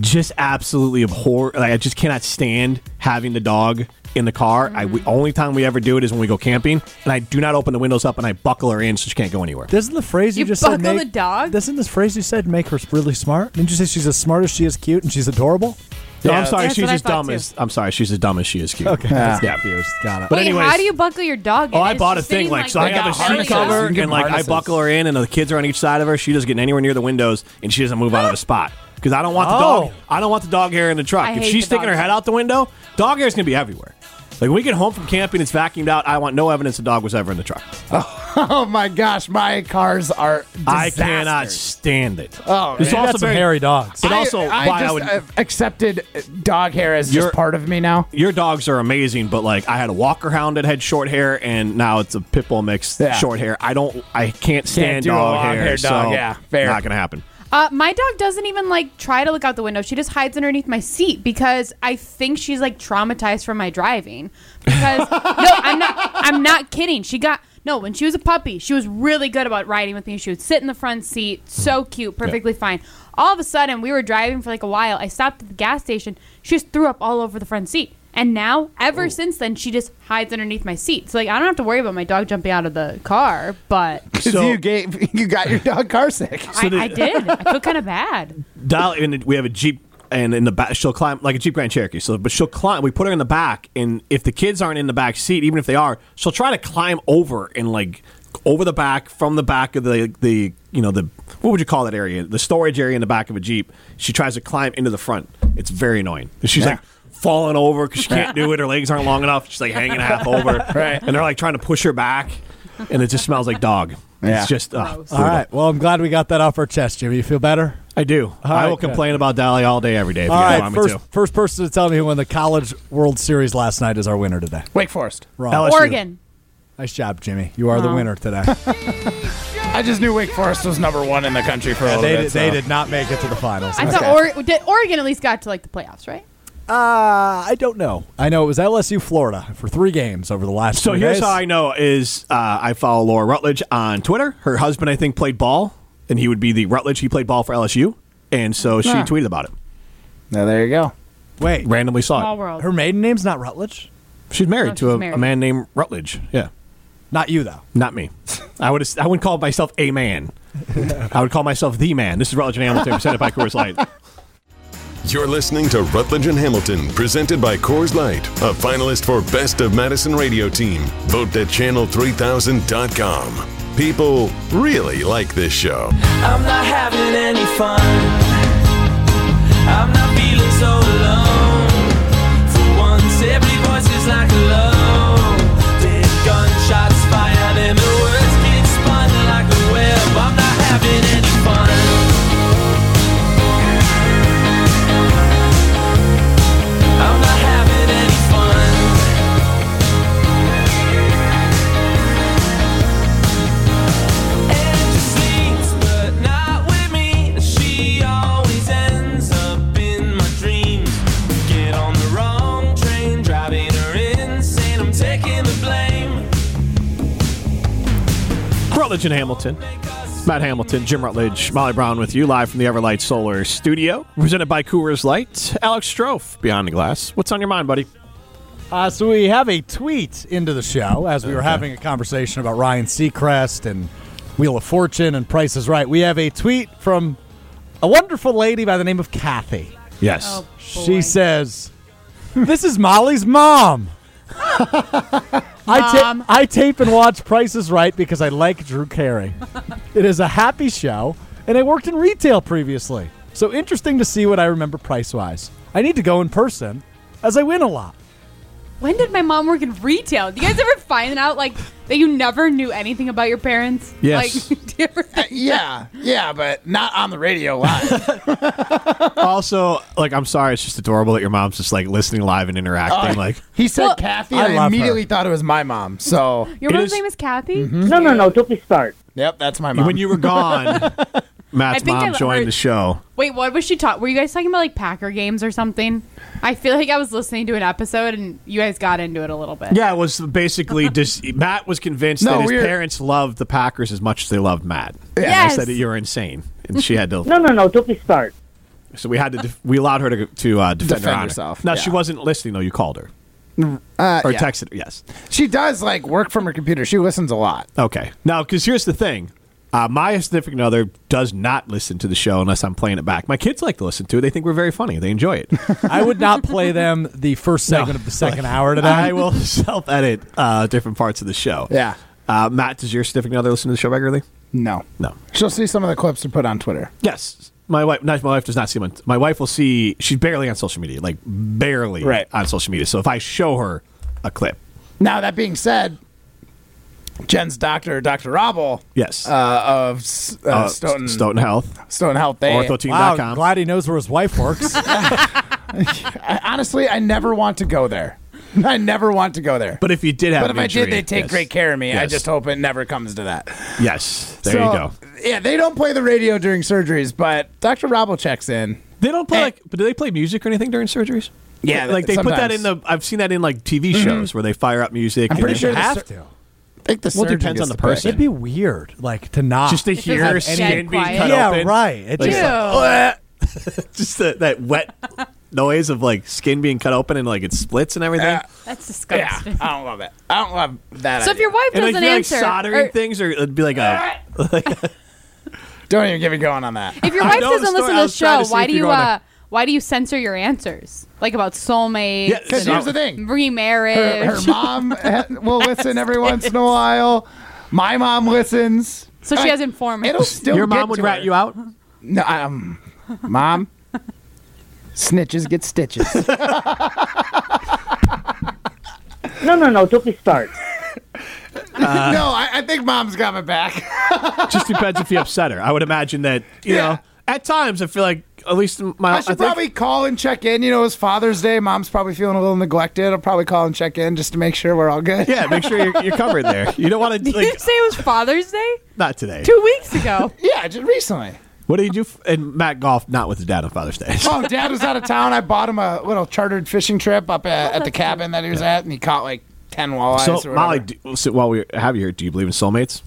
[SPEAKER 4] just absolutely abhor. Like I just cannot stand having the dog in the car. I
[SPEAKER 1] Mm-hmm.
[SPEAKER 4] we, only time we ever do it is when we go camping, and I do not open the windows up and I buckle her in so she can't go anywhere.
[SPEAKER 6] Doesn't the phrase you,
[SPEAKER 5] You
[SPEAKER 6] just said
[SPEAKER 5] buckle
[SPEAKER 6] make,
[SPEAKER 5] the dog?
[SPEAKER 6] Doesn't this phrase you said make her really smart? Didn't you say she's as smart as she is cute and she's adorable?
[SPEAKER 4] No,
[SPEAKER 1] Yeah,
[SPEAKER 4] I'm sorry,
[SPEAKER 5] that's
[SPEAKER 4] she's
[SPEAKER 5] what I
[SPEAKER 4] as
[SPEAKER 5] thought,
[SPEAKER 4] dumb
[SPEAKER 5] too.
[SPEAKER 4] as I'm sorry, she's as dumb as she is cute.
[SPEAKER 6] Okay,
[SPEAKER 4] yeah.
[SPEAKER 1] Ah.
[SPEAKER 6] that's confused. Got it.
[SPEAKER 4] But
[SPEAKER 5] Wait,
[SPEAKER 4] anyways-
[SPEAKER 5] how do you buckle your dog?
[SPEAKER 4] Oh,
[SPEAKER 5] in?
[SPEAKER 4] I
[SPEAKER 5] It's
[SPEAKER 4] bought a
[SPEAKER 5] just
[SPEAKER 4] thing
[SPEAKER 5] sitting,
[SPEAKER 4] like so. I
[SPEAKER 1] They
[SPEAKER 4] have a
[SPEAKER 1] got
[SPEAKER 4] shoe
[SPEAKER 1] harnesses.
[SPEAKER 4] cover
[SPEAKER 1] You can give
[SPEAKER 4] and
[SPEAKER 1] them
[SPEAKER 4] like I
[SPEAKER 1] harnesses.
[SPEAKER 4] buckle her in, and the kids are on each side of her. She doesn't get anywhere near the windows, and she doesn't move out of the spot because I don't want the dog.
[SPEAKER 6] Oh.
[SPEAKER 4] I don't want the dog hair in the truck.
[SPEAKER 5] I
[SPEAKER 4] if
[SPEAKER 5] hate
[SPEAKER 4] she's
[SPEAKER 5] the
[SPEAKER 4] sticking
[SPEAKER 5] dog
[SPEAKER 4] her head
[SPEAKER 5] hair.
[SPEAKER 4] out the window, dog hair is gonna be everywhere. Like when we get home from camping, it's vacuumed out. I want no evidence the dog was ever in the truck.
[SPEAKER 1] [LAUGHS] Oh my gosh, my cars are.
[SPEAKER 4] I
[SPEAKER 1] disasters.
[SPEAKER 4] cannot stand it.
[SPEAKER 1] Oh,
[SPEAKER 4] It's
[SPEAKER 1] man.
[SPEAKER 4] also
[SPEAKER 6] That's some
[SPEAKER 4] very-
[SPEAKER 6] hairy dogs.
[SPEAKER 4] But also,
[SPEAKER 1] I,
[SPEAKER 4] why
[SPEAKER 1] I just
[SPEAKER 4] I would.
[SPEAKER 1] I've accepted dog hair as
[SPEAKER 4] You're-
[SPEAKER 1] just part of me now.
[SPEAKER 4] your dogs are amazing, but like I had a Walker Hound that had short hair, and now it's a pit bull mix
[SPEAKER 1] Yeah.
[SPEAKER 4] short hair. I don't, I can't stand
[SPEAKER 1] do a
[SPEAKER 4] dog
[SPEAKER 1] long
[SPEAKER 4] hair.
[SPEAKER 1] hair dog,
[SPEAKER 4] so
[SPEAKER 1] yeah, fair.
[SPEAKER 4] Not gonna happen.
[SPEAKER 5] Uh, my dog doesn't even like try to look out the window. She just hides underneath my seat because I think she's like traumatized from my driving. Because no, I'm not. I'm not kidding. She got no when she was a puppy. She was really good about riding with me. She would sit in the front seat, so cute, perfectly fine. All of a sudden, we were driving for like a while. I stopped at the gas station. She just threw up all over the front seat. And now, ever since then, she just hides underneath my seat. So like, I don't have to worry about my dog jumping out of the car. But
[SPEAKER 1] Because
[SPEAKER 4] So-
[SPEAKER 1] you gave [LAUGHS] you got your dog car sick.
[SPEAKER 5] I, I did. I feel kind of bad.
[SPEAKER 4] Dolly, and we have a Jeep, and in the back, she'll climb like a Jeep Grand Cherokee. So, but she'll climb. We put her in the back, and if the kids aren't in the back seat, even if they are, she'll try to climb over and like over the back from the back of the the you know the what would you call that area? The storage area in the back of a Jeep. She tries to climb into the front. It's very annoying. She's like falling over because she can't do it. Her legs aren't long enough. She's like hanging half over,
[SPEAKER 1] Right.
[SPEAKER 4] and they're like trying to push her back, and it just smells like dog.
[SPEAKER 1] Yeah.
[SPEAKER 4] It's just uh,
[SPEAKER 5] Gross.
[SPEAKER 6] All right. Well, I'm glad we got that off our chest, Jimmy. You feel better?
[SPEAKER 4] I do. I
[SPEAKER 6] right,
[SPEAKER 4] will
[SPEAKER 6] good.
[SPEAKER 4] complain about Dolly all day, every day. If
[SPEAKER 6] All
[SPEAKER 4] you guys
[SPEAKER 6] right.
[SPEAKER 4] want
[SPEAKER 6] First,
[SPEAKER 4] me to.
[SPEAKER 6] first person to tell me who won the College World Series last night is our winner today.
[SPEAKER 1] Wake Forest.
[SPEAKER 6] Wrong.
[SPEAKER 4] LSU.
[SPEAKER 5] Oregon.
[SPEAKER 6] Nice job, Jimmy. You are the
[SPEAKER 5] Wow. Oh, [LAUGHS]
[SPEAKER 6] winner today.
[SPEAKER 1] I just knew Wake Forest was number one in the country for a little
[SPEAKER 6] they,
[SPEAKER 1] bit.
[SPEAKER 6] did, they
[SPEAKER 5] uh,
[SPEAKER 1] so.
[SPEAKER 6] did not make it to the finals.
[SPEAKER 5] I
[SPEAKER 1] Okay.
[SPEAKER 5] thought or- did Oregon at least got to like the playoffs, right?
[SPEAKER 6] Uh, I don't know. I know it was LSU Florida for three games over the last.
[SPEAKER 4] So
[SPEAKER 6] three
[SPEAKER 4] here's
[SPEAKER 6] days.
[SPEAKER 4] how I know is uh, I follow Laura Rutledge on Twitter. Her husband, I think, played ball, and he would be the Rutledge. He played ball for LSU, and so she
[SPEAKER 1] Huh.
[SPEAKER 4] tweeted about it.
[SPEAKER 1] Now there you go.
[SPEAKER 6] Wait,
[SPEAKER 4] Randomly
[SPEAKER 5] Small
[SPEAKER 4] saw it.
[SPEAKER 5] world.
[SPEAKER 6] her maiden name's not Rutledge.
[SPEAKER 4] She's
[SPEAKER 5] Oh,
[SPEAKER 4] married to
[SPEAKER 5] she's
[SPEAKER 4] a,
[SPEAKER 5] married.
[SPEAKER 4] a man named Rutledge. Yeah,
[SPEAKER 6] Not you though.
[SPEAKER 4] not me. I would I wouldn't call myself a
[SPEAKER 6] [LAUGHS]
[SPEAKER 4] man. I would call myself the man. This is Rutledge and Hamilton presented by Coors
[SPEAKER 6] [LAUGHS]
[SPEAKER 4] Light.
[SPEAKER 2] You're listening to Rutledge and Hamilton, presented by Coors Light, a finalist for Best of Madison Radio Team. Vote at channel3000.com. People really like this show.
[SPEAKER 7] I'm not having any fun. I'm not feeling so alone. For once, every voice is like a low. Big gunshots fired and the words get spun like a web. I'm not having any fun. I'm not having any fun. And she sleeps, but not with me. She always ends up in my dreams. Get on the wrong train, driving her insane. I'm taking the blame.
[SPEAKER 4] Rutledge and Hamilton. Matt Hamilton, Jim Rutledge, Molly Brown with you live from the Everlight Solar Studio, presented by Coors Light. Alex Strofe, Behind the Glass. What's on your mind, buddy?
[SPEAKER 6] Uh, so we have a tweet into the show as we were having a conversation about Ryan Seacrest and Wheel of Fortune and Price is Right. We have a tweet from a wonderful lady by the name of Kathy.
[SPEAKER 4] Yes.
[SPEAKER 5] Oh.
[SPEAKER 6] She says, "This is Molly's mom." I, ta-
[SPEAKER 5] Mom.
[SPEAKER 6] I tape and watch Prices Right because I like Drew Carey. it is a happy show, and I worked in retail previously, so interesting to see what I remember price wise. I need to go in person, as I win a lot.
[SPEAKER 5] When did my mom work in retail? Do you guys ever find out like that you never knew anything about your parents?
[SPEAKER 4] Yes.
[SPEAKER 5] Like, [LAUGHS] do you
[SPEAKER 4] [LAUGHS]
[SPEAKER 5] ever think
[SPEAKER 1] Yeah, yeah, but not on the radio live.
[SPEAKER 4] also, like, I'm sorry, it's just adorable that your mom's just like listening live and interacting. like,
[SPEAKER 1] He said
[SPEAKER 5] Well,
[SPEAKER 1] Kathy,
[SPEAKER 6] I
[SPEAKER 1] and
[SPEAKER 6] love
[SPEAKER 1] I immediately thought it was my mom. So,
[SPEAKER 5] your
[SPEAKER 4] It
[SPEAKER 5] mom's
[SPEAKER 4] is- Mm-hmm.
[SPEAKER 5] name is Kathy?
[SPEAKER 10] No, no, no. Don't be smart.
[SPEAKER 1] yep, that's my mom.
[SPEAKER 4] when you were [LAUGHS] gone, Matt's
[SPEAKER 5] think
[SPEAKER 4] mom
[SPEAKER 5] I
[SPEAKER 4] joined
[SPEAKER 5] heard-
[SPEAKER 4] the show.
[SPEAKER 5] Wait, what was she talking? Were you guys talking about like Packer games or something? I feel like I was listening to an episode and you guys got into it a little bit.
[SPEAKER 4] Yeah, it was
[SPEAKER 5] [LAUGHS]
[SPEAKER 4] basically just Matt was convinced
[SPEAKER 1] No,
[SPEAKER 4] that his
[SPEAKER 1] we were-
[SPEAKER 4] parents loved the Packers as much as they loved Matt. Yeah. And I
[SPEAKER 5] Yes.
[SPEAKER 4] said that you're insane, and she
[SPEAKER 5] [LAUGHS]
[SPEAKER 4] had to.
[SPEAKER 10] No, no, no. Don't be smart.
[SPEAKER 4] So we had to. Def- we allowed her to to uh, defend, her
[SPEAKER 1] Defend
[SPEAKER 4] honor.
[SPEAKER 1] herself,
[SPEAKER 4] No,
[SPEAKER 1] yeah.
[SPEAKER 4] she wasn't listening though. You called her
[SPEAKER 1] uh,
[SPEAKER 4] or
[SPEAKER 1] yeah.
[SPEAKER 4] texted her. Yes.
[SPEAKER 1] she does like work from her computer. She listens a lot.
[SPEAKER 4] Okay. Now, because here's the thing. Uh, my significant other does not listen to the show unless I'm playing it back. My kids like to listen to it. They think we're very funny. They enjoy it.
[SPEAKER 6] [LAUGHS] I would not play them the first segment of the second hour today.
[SPEAKER 4] I will [LAUGHS] self edit uh, different parts of the show.
[SPEAKER 1] Yeah.
[SPEAKER 4] Uh, Matt, does your significant other listen to the show regularly?
[SPEAKER 1] No,
[SPEAKER 4] No.
[SPEAKER 1] She'll see some of the clips to put on Twitter.
[SPEAKER 4] Yes. My wife, no, my wife does not see my. My wife will see. She's barely on social media, like barely
[SPEAKER 1] Right.
[SPEAKER 4] on social media. So if I show her a clip,
[SPEAKER 1] Now that being said, Jen's doctor, Dr. Robble,
[SPEAKER 4] yes,
[SPEAKER 1] uh, of S- uh,
[SPEAKER 4] Uh,
[SPEAKER 1] Stoughton,
[SPEAKER 4] S- Stoughton Health,
[SPEAKER 1] Stoughton Health, they,
[SPEAKER 6] [LAUGHS] Wow,
[SPEAKER 4] orthoteam.com.
[SPEAKER 6] glad he knows where his
[SPEAKER 4] [LAUGHS]
[SPEAKER 6] wife works.
[SPEAKER 1] I, honestly, I never want to go there. [LAUGHS] I never want to go there.
[SPEAKER 4] but if you did have,
[SPEAKER 1] But if
[SPEAKER 4] an
[SPEAKER 1] I
[SPEAKER 4] injury,
[SPEAKER 1] did, they take
[SPEAKER 4] yes.
[SPEAKER 1] great care of me. I
[SPEAKER 4] Yes.
[SPEAKER 1] just hope it never comes to that.
[SPEAKER 4] Yes, there
[SPEAKER 1] So,
[SPEAKER 4] you go.
[SPEAKER 1] Yeah, they don't play the radio during surgeries, but Dr. Robble checks in.
[SPEAKER 4] They don't play
[SPEAKER 1] Hey.
[SPEAKER 4] like, but do they play music or anything during surgeries?
[SPEAKER 1] Eh. Yeah,
[SPEAKER 4] like they put that
[SPEAKER 1] sometimes. Mm-hmm.
[SPEAKER 4] in the. I've seen that in like TV shows where they fire up music.
[SPEAKER 1] I'm
[SPEAKER 4] and
[SPEAKER 1] pretty
[SPEAKER 4] then-
[SPEAKER 1] sure the
[SPEAKER 6] have
[SPEAKER 1] sur-
[SPEAKER 6] to.
[SPEAKER 1] I think the
[SPEAKER 4] Well, it
[SPEAKER 1] surgeon
[SPEAKER 4] depends
[SPEAKER 1] gets to
[SPEAKER 4] on the
[SPEAKER 1] pick.
[SPEAKER 4] person.
[SPEAKER 6] It'd be weird, like to not.
[SPEAKER 4] just to
[SPEAKER 5] doesn't have
[SPEAKER 4] hear
[SPEAKER 5] any
[SPEAKER 4] skin being
[SPEAKER 5] quiet.
[SPEAKER 4] cut
[SPEAKER 6] yeah,
[SPEAKER 4] open.
[SPEAKER 6] right. It
[SPEAKER 4] Like,
[SPEAKER 6] just-
[SPEAKER 1] Oh,
[SPEAKER 4] Oh. just the, that wet noise of like skin being cut open and like it splits and everything.
[SPEAKER 1] Yeah.
[SPEAKER 5] That's
[SPEAKER 1] Yeah,
[SPEAKER 5] disgusting.
[SPEAKER 1] I don't love it. I don't love that.
[SPEAKER 5] So if
[SPEAKER 1] idea.
[SPEAKER 5] your wife
[SPEAKER 4] and like,
[SPEAKER 5] doesn't
[SPEAKER 4] you're, like
[SPEAKER 5] answer,
[SPEAKER 4] soldering
[SPEAKER 5] or
[SPEAKER 4] things, or it'd be like a
[SPEAKER 1] don't even get me going on that.
[SPEAKER 5] if your
[SPEAKER 4] I
[SPEAKER 5] wife
[SPEAKER 4] know the
[SPEAKER 5] doesn't listen
[SPEAKER 4] story.
[SPEAKER 5] to
[SPEAKER 4] I
[SPEAKER 5] the
[SPEAKER 4] was trying
[SPEAKER 5] show,
[SPEAKER 4] to see
[SPEAKER 5] why
[SPEAKER 4] if
[SPEAKER 5] do
[SPEAKER 4] you're
[SPEAKER 5] you
[SPEAKER 4] going
[SPEAKER 5] uh, why do you censor your answers? Like about soulmates,
[SPEAKER 4] Yeah, 'cause
[SPEAKER 5] and
[SPEAKER 1] here's the thing.
[SPEAKER 5] remarriage.
[SPEAKER 1] Her, her mom ha-
[SPEAKER 5] [LAUGHS]
[SPEAKER 1] will listen every once in a while. My mom listens.
[SPEAKER 5] so she has informants.
[SPEAKER 1] It'll still
[SPEAKER 4] your
[SPEAKER 1] get
[SPEAKER 4] mom would
[SPEAKER 1] to
[SPEAKER 4] rat
[SPEAKER 1] her.
[SPEAKER 4] you out.
[SPEAKER 1] No, um, mom. Snitches get
[SPEAKER 4] [LAUGHS]
[SPEAKER 1] stitches.
[SPEAKER 4] Uh.
[SPEAKER 10] No, no, no. Don't be smart.
[SPEAKER 1] no, I, I think mom's got my back.
[SPEAKER 4] just depends if you upset her. I would imagine that you
[SPEAKER 1] Yeah.
[SPEAKER 4] know. At times, I feel like at least in my
[SPEAKER 1] I should
[SPEAKER 4] Uh, think-
[SPEAKER 1] probably call and check in. You know, it's Father's Day. Mom's probably feeling a little neglected. I'll probably call and check in just to make sure we're all good.
[SPEAKER 4] Yeah, make sure you're, you're covered there. You don't want to
[SPEAKER 5] [LAUGHS] Did you
[SPEAKER 4] like
[SPEAKER 5] say it was Father's Day
[SPEAKER 4] not today.
[SPEAKER 5] two weeks ago?
[SPEAKER 1] [LAUGHS] yeah just recently.
[SPEAKER 4] What did you do? F- and Matt golf not with his dad on
[SPEAKER 1] [LAUGHS]
[SPEAKER 4] Father's Day.
[SPEAKER 1] Oh, dad was out of town. I bought him a little chartered fishing trip up at, at the
[SPEAKER 5] Oh, that's
[SPEAKER 1] cabin that he was at, and he caught like ten walleyes. or
[SPEAKER 4] so
[SPEAKER 1] whatever.
[SPEAKER 4] Molly, do, so while we have you here, do you believe in soulmates?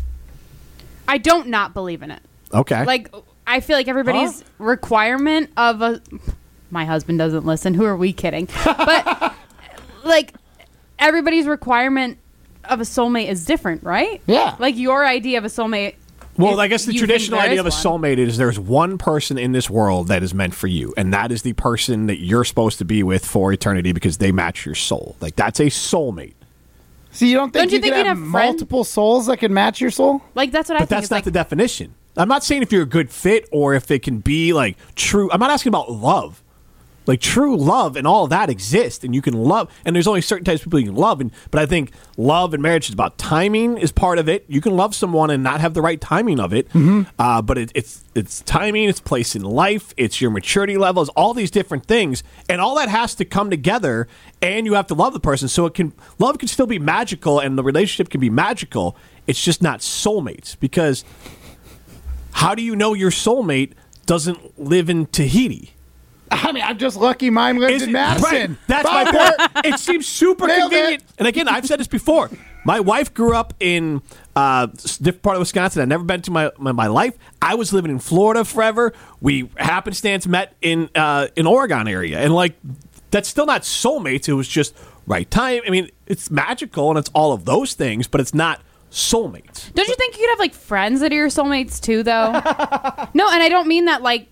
[SPEAKER 5] I don't not believe in it.
[SPEAKER 4] Okay.
[SPEAKER 5] Like I feel like everybody's requirement of a my husband doesn't listen. Who are we kidding? But like everybody's requirement of a soulmate is different, right?
[SPEAKER 1] Yeah.
[SPEAKER 5] Like your idea of a soulmate.
[SPEAKER 4] well,
[SPEAKER 5] if
[SPEAKER 4] I guess the
[SPEAKER 5] you think
[SPEAKER 4] traditional
[SPEAKER 5] there
[SPEAKER 4] idea of a
[SPEAKER 5] is one.
[SPEAKER 4] soulmate is there's one person in this world that is meant for you, and that is the person that you're supposed to be with for eternity because they match your soul. Like that's a soulmate.
[SPEAKER 1] So you don't think
[SPEAKER 5] Don't you
[SPEAKER 1] you,
[SPEAKER 5] think
[SPEAKER 1] could
[SPEAKER 5] you'd
[SPEAKER 1] have,
[SPEAKER 5] have friend-
[SPEAKER 1] multiple souls that could match your soul? [LAUGHS]
[SPEAKER 5] Like that's what I
[SPEAKER 4] But
[SPEAKER 5] think.
[SPEAKER 4] that's
[SPEAKER 5] It's
[SPEAKER 4] not
[SPEAKER 5] like,
[SPEAKER 4] the definition. I'm not saying if you're a good fit or if they can be like true. I'm not asking about love. Like true love and all that exists, and you can love, and there's only certain types of people you can love. And but I think love and marriage is about timing is part of it. You can love someone and not have the right timing of it, uh, but it, it's it's timing, it's place in life, it's your maturity levels, all these different things, and all that has to come together. And you have to love the person, so it can love can still be magical, and the relationship can be magical. It's just not soulmates because how do you know your soulmate doesn't live in Tahiti?
[SPEAKER 1] I mean, I'm just lucky mine lives
[SPEAKER 4] Is
[SPEAKER 1] in
[SPEAKER 4] it-
[SPEAKER 1] Madison.
[SPEAKER 4] right, that's my
[SPEAKER 1] Fuck. [LAUGHS]
[SPEAKER 4] point. It seems super
[SPEAKER 1] Nailed it.
[SPEAKER 4] convenient. And again, I've said this before. My wife grew up in uh, s- different part of Wisconsin. I'd never been to my, my my life. I was living in Florida forever. We happenstance met in uh, in Oregon area, and like that's still not soulmates. It was just right time. I mean, it's magical and it's all of those things, but it's not soulmates.
[SPEAKER 5] Don't you think you could have like friends that are your soulmates too, though? no, and I don't mean that like.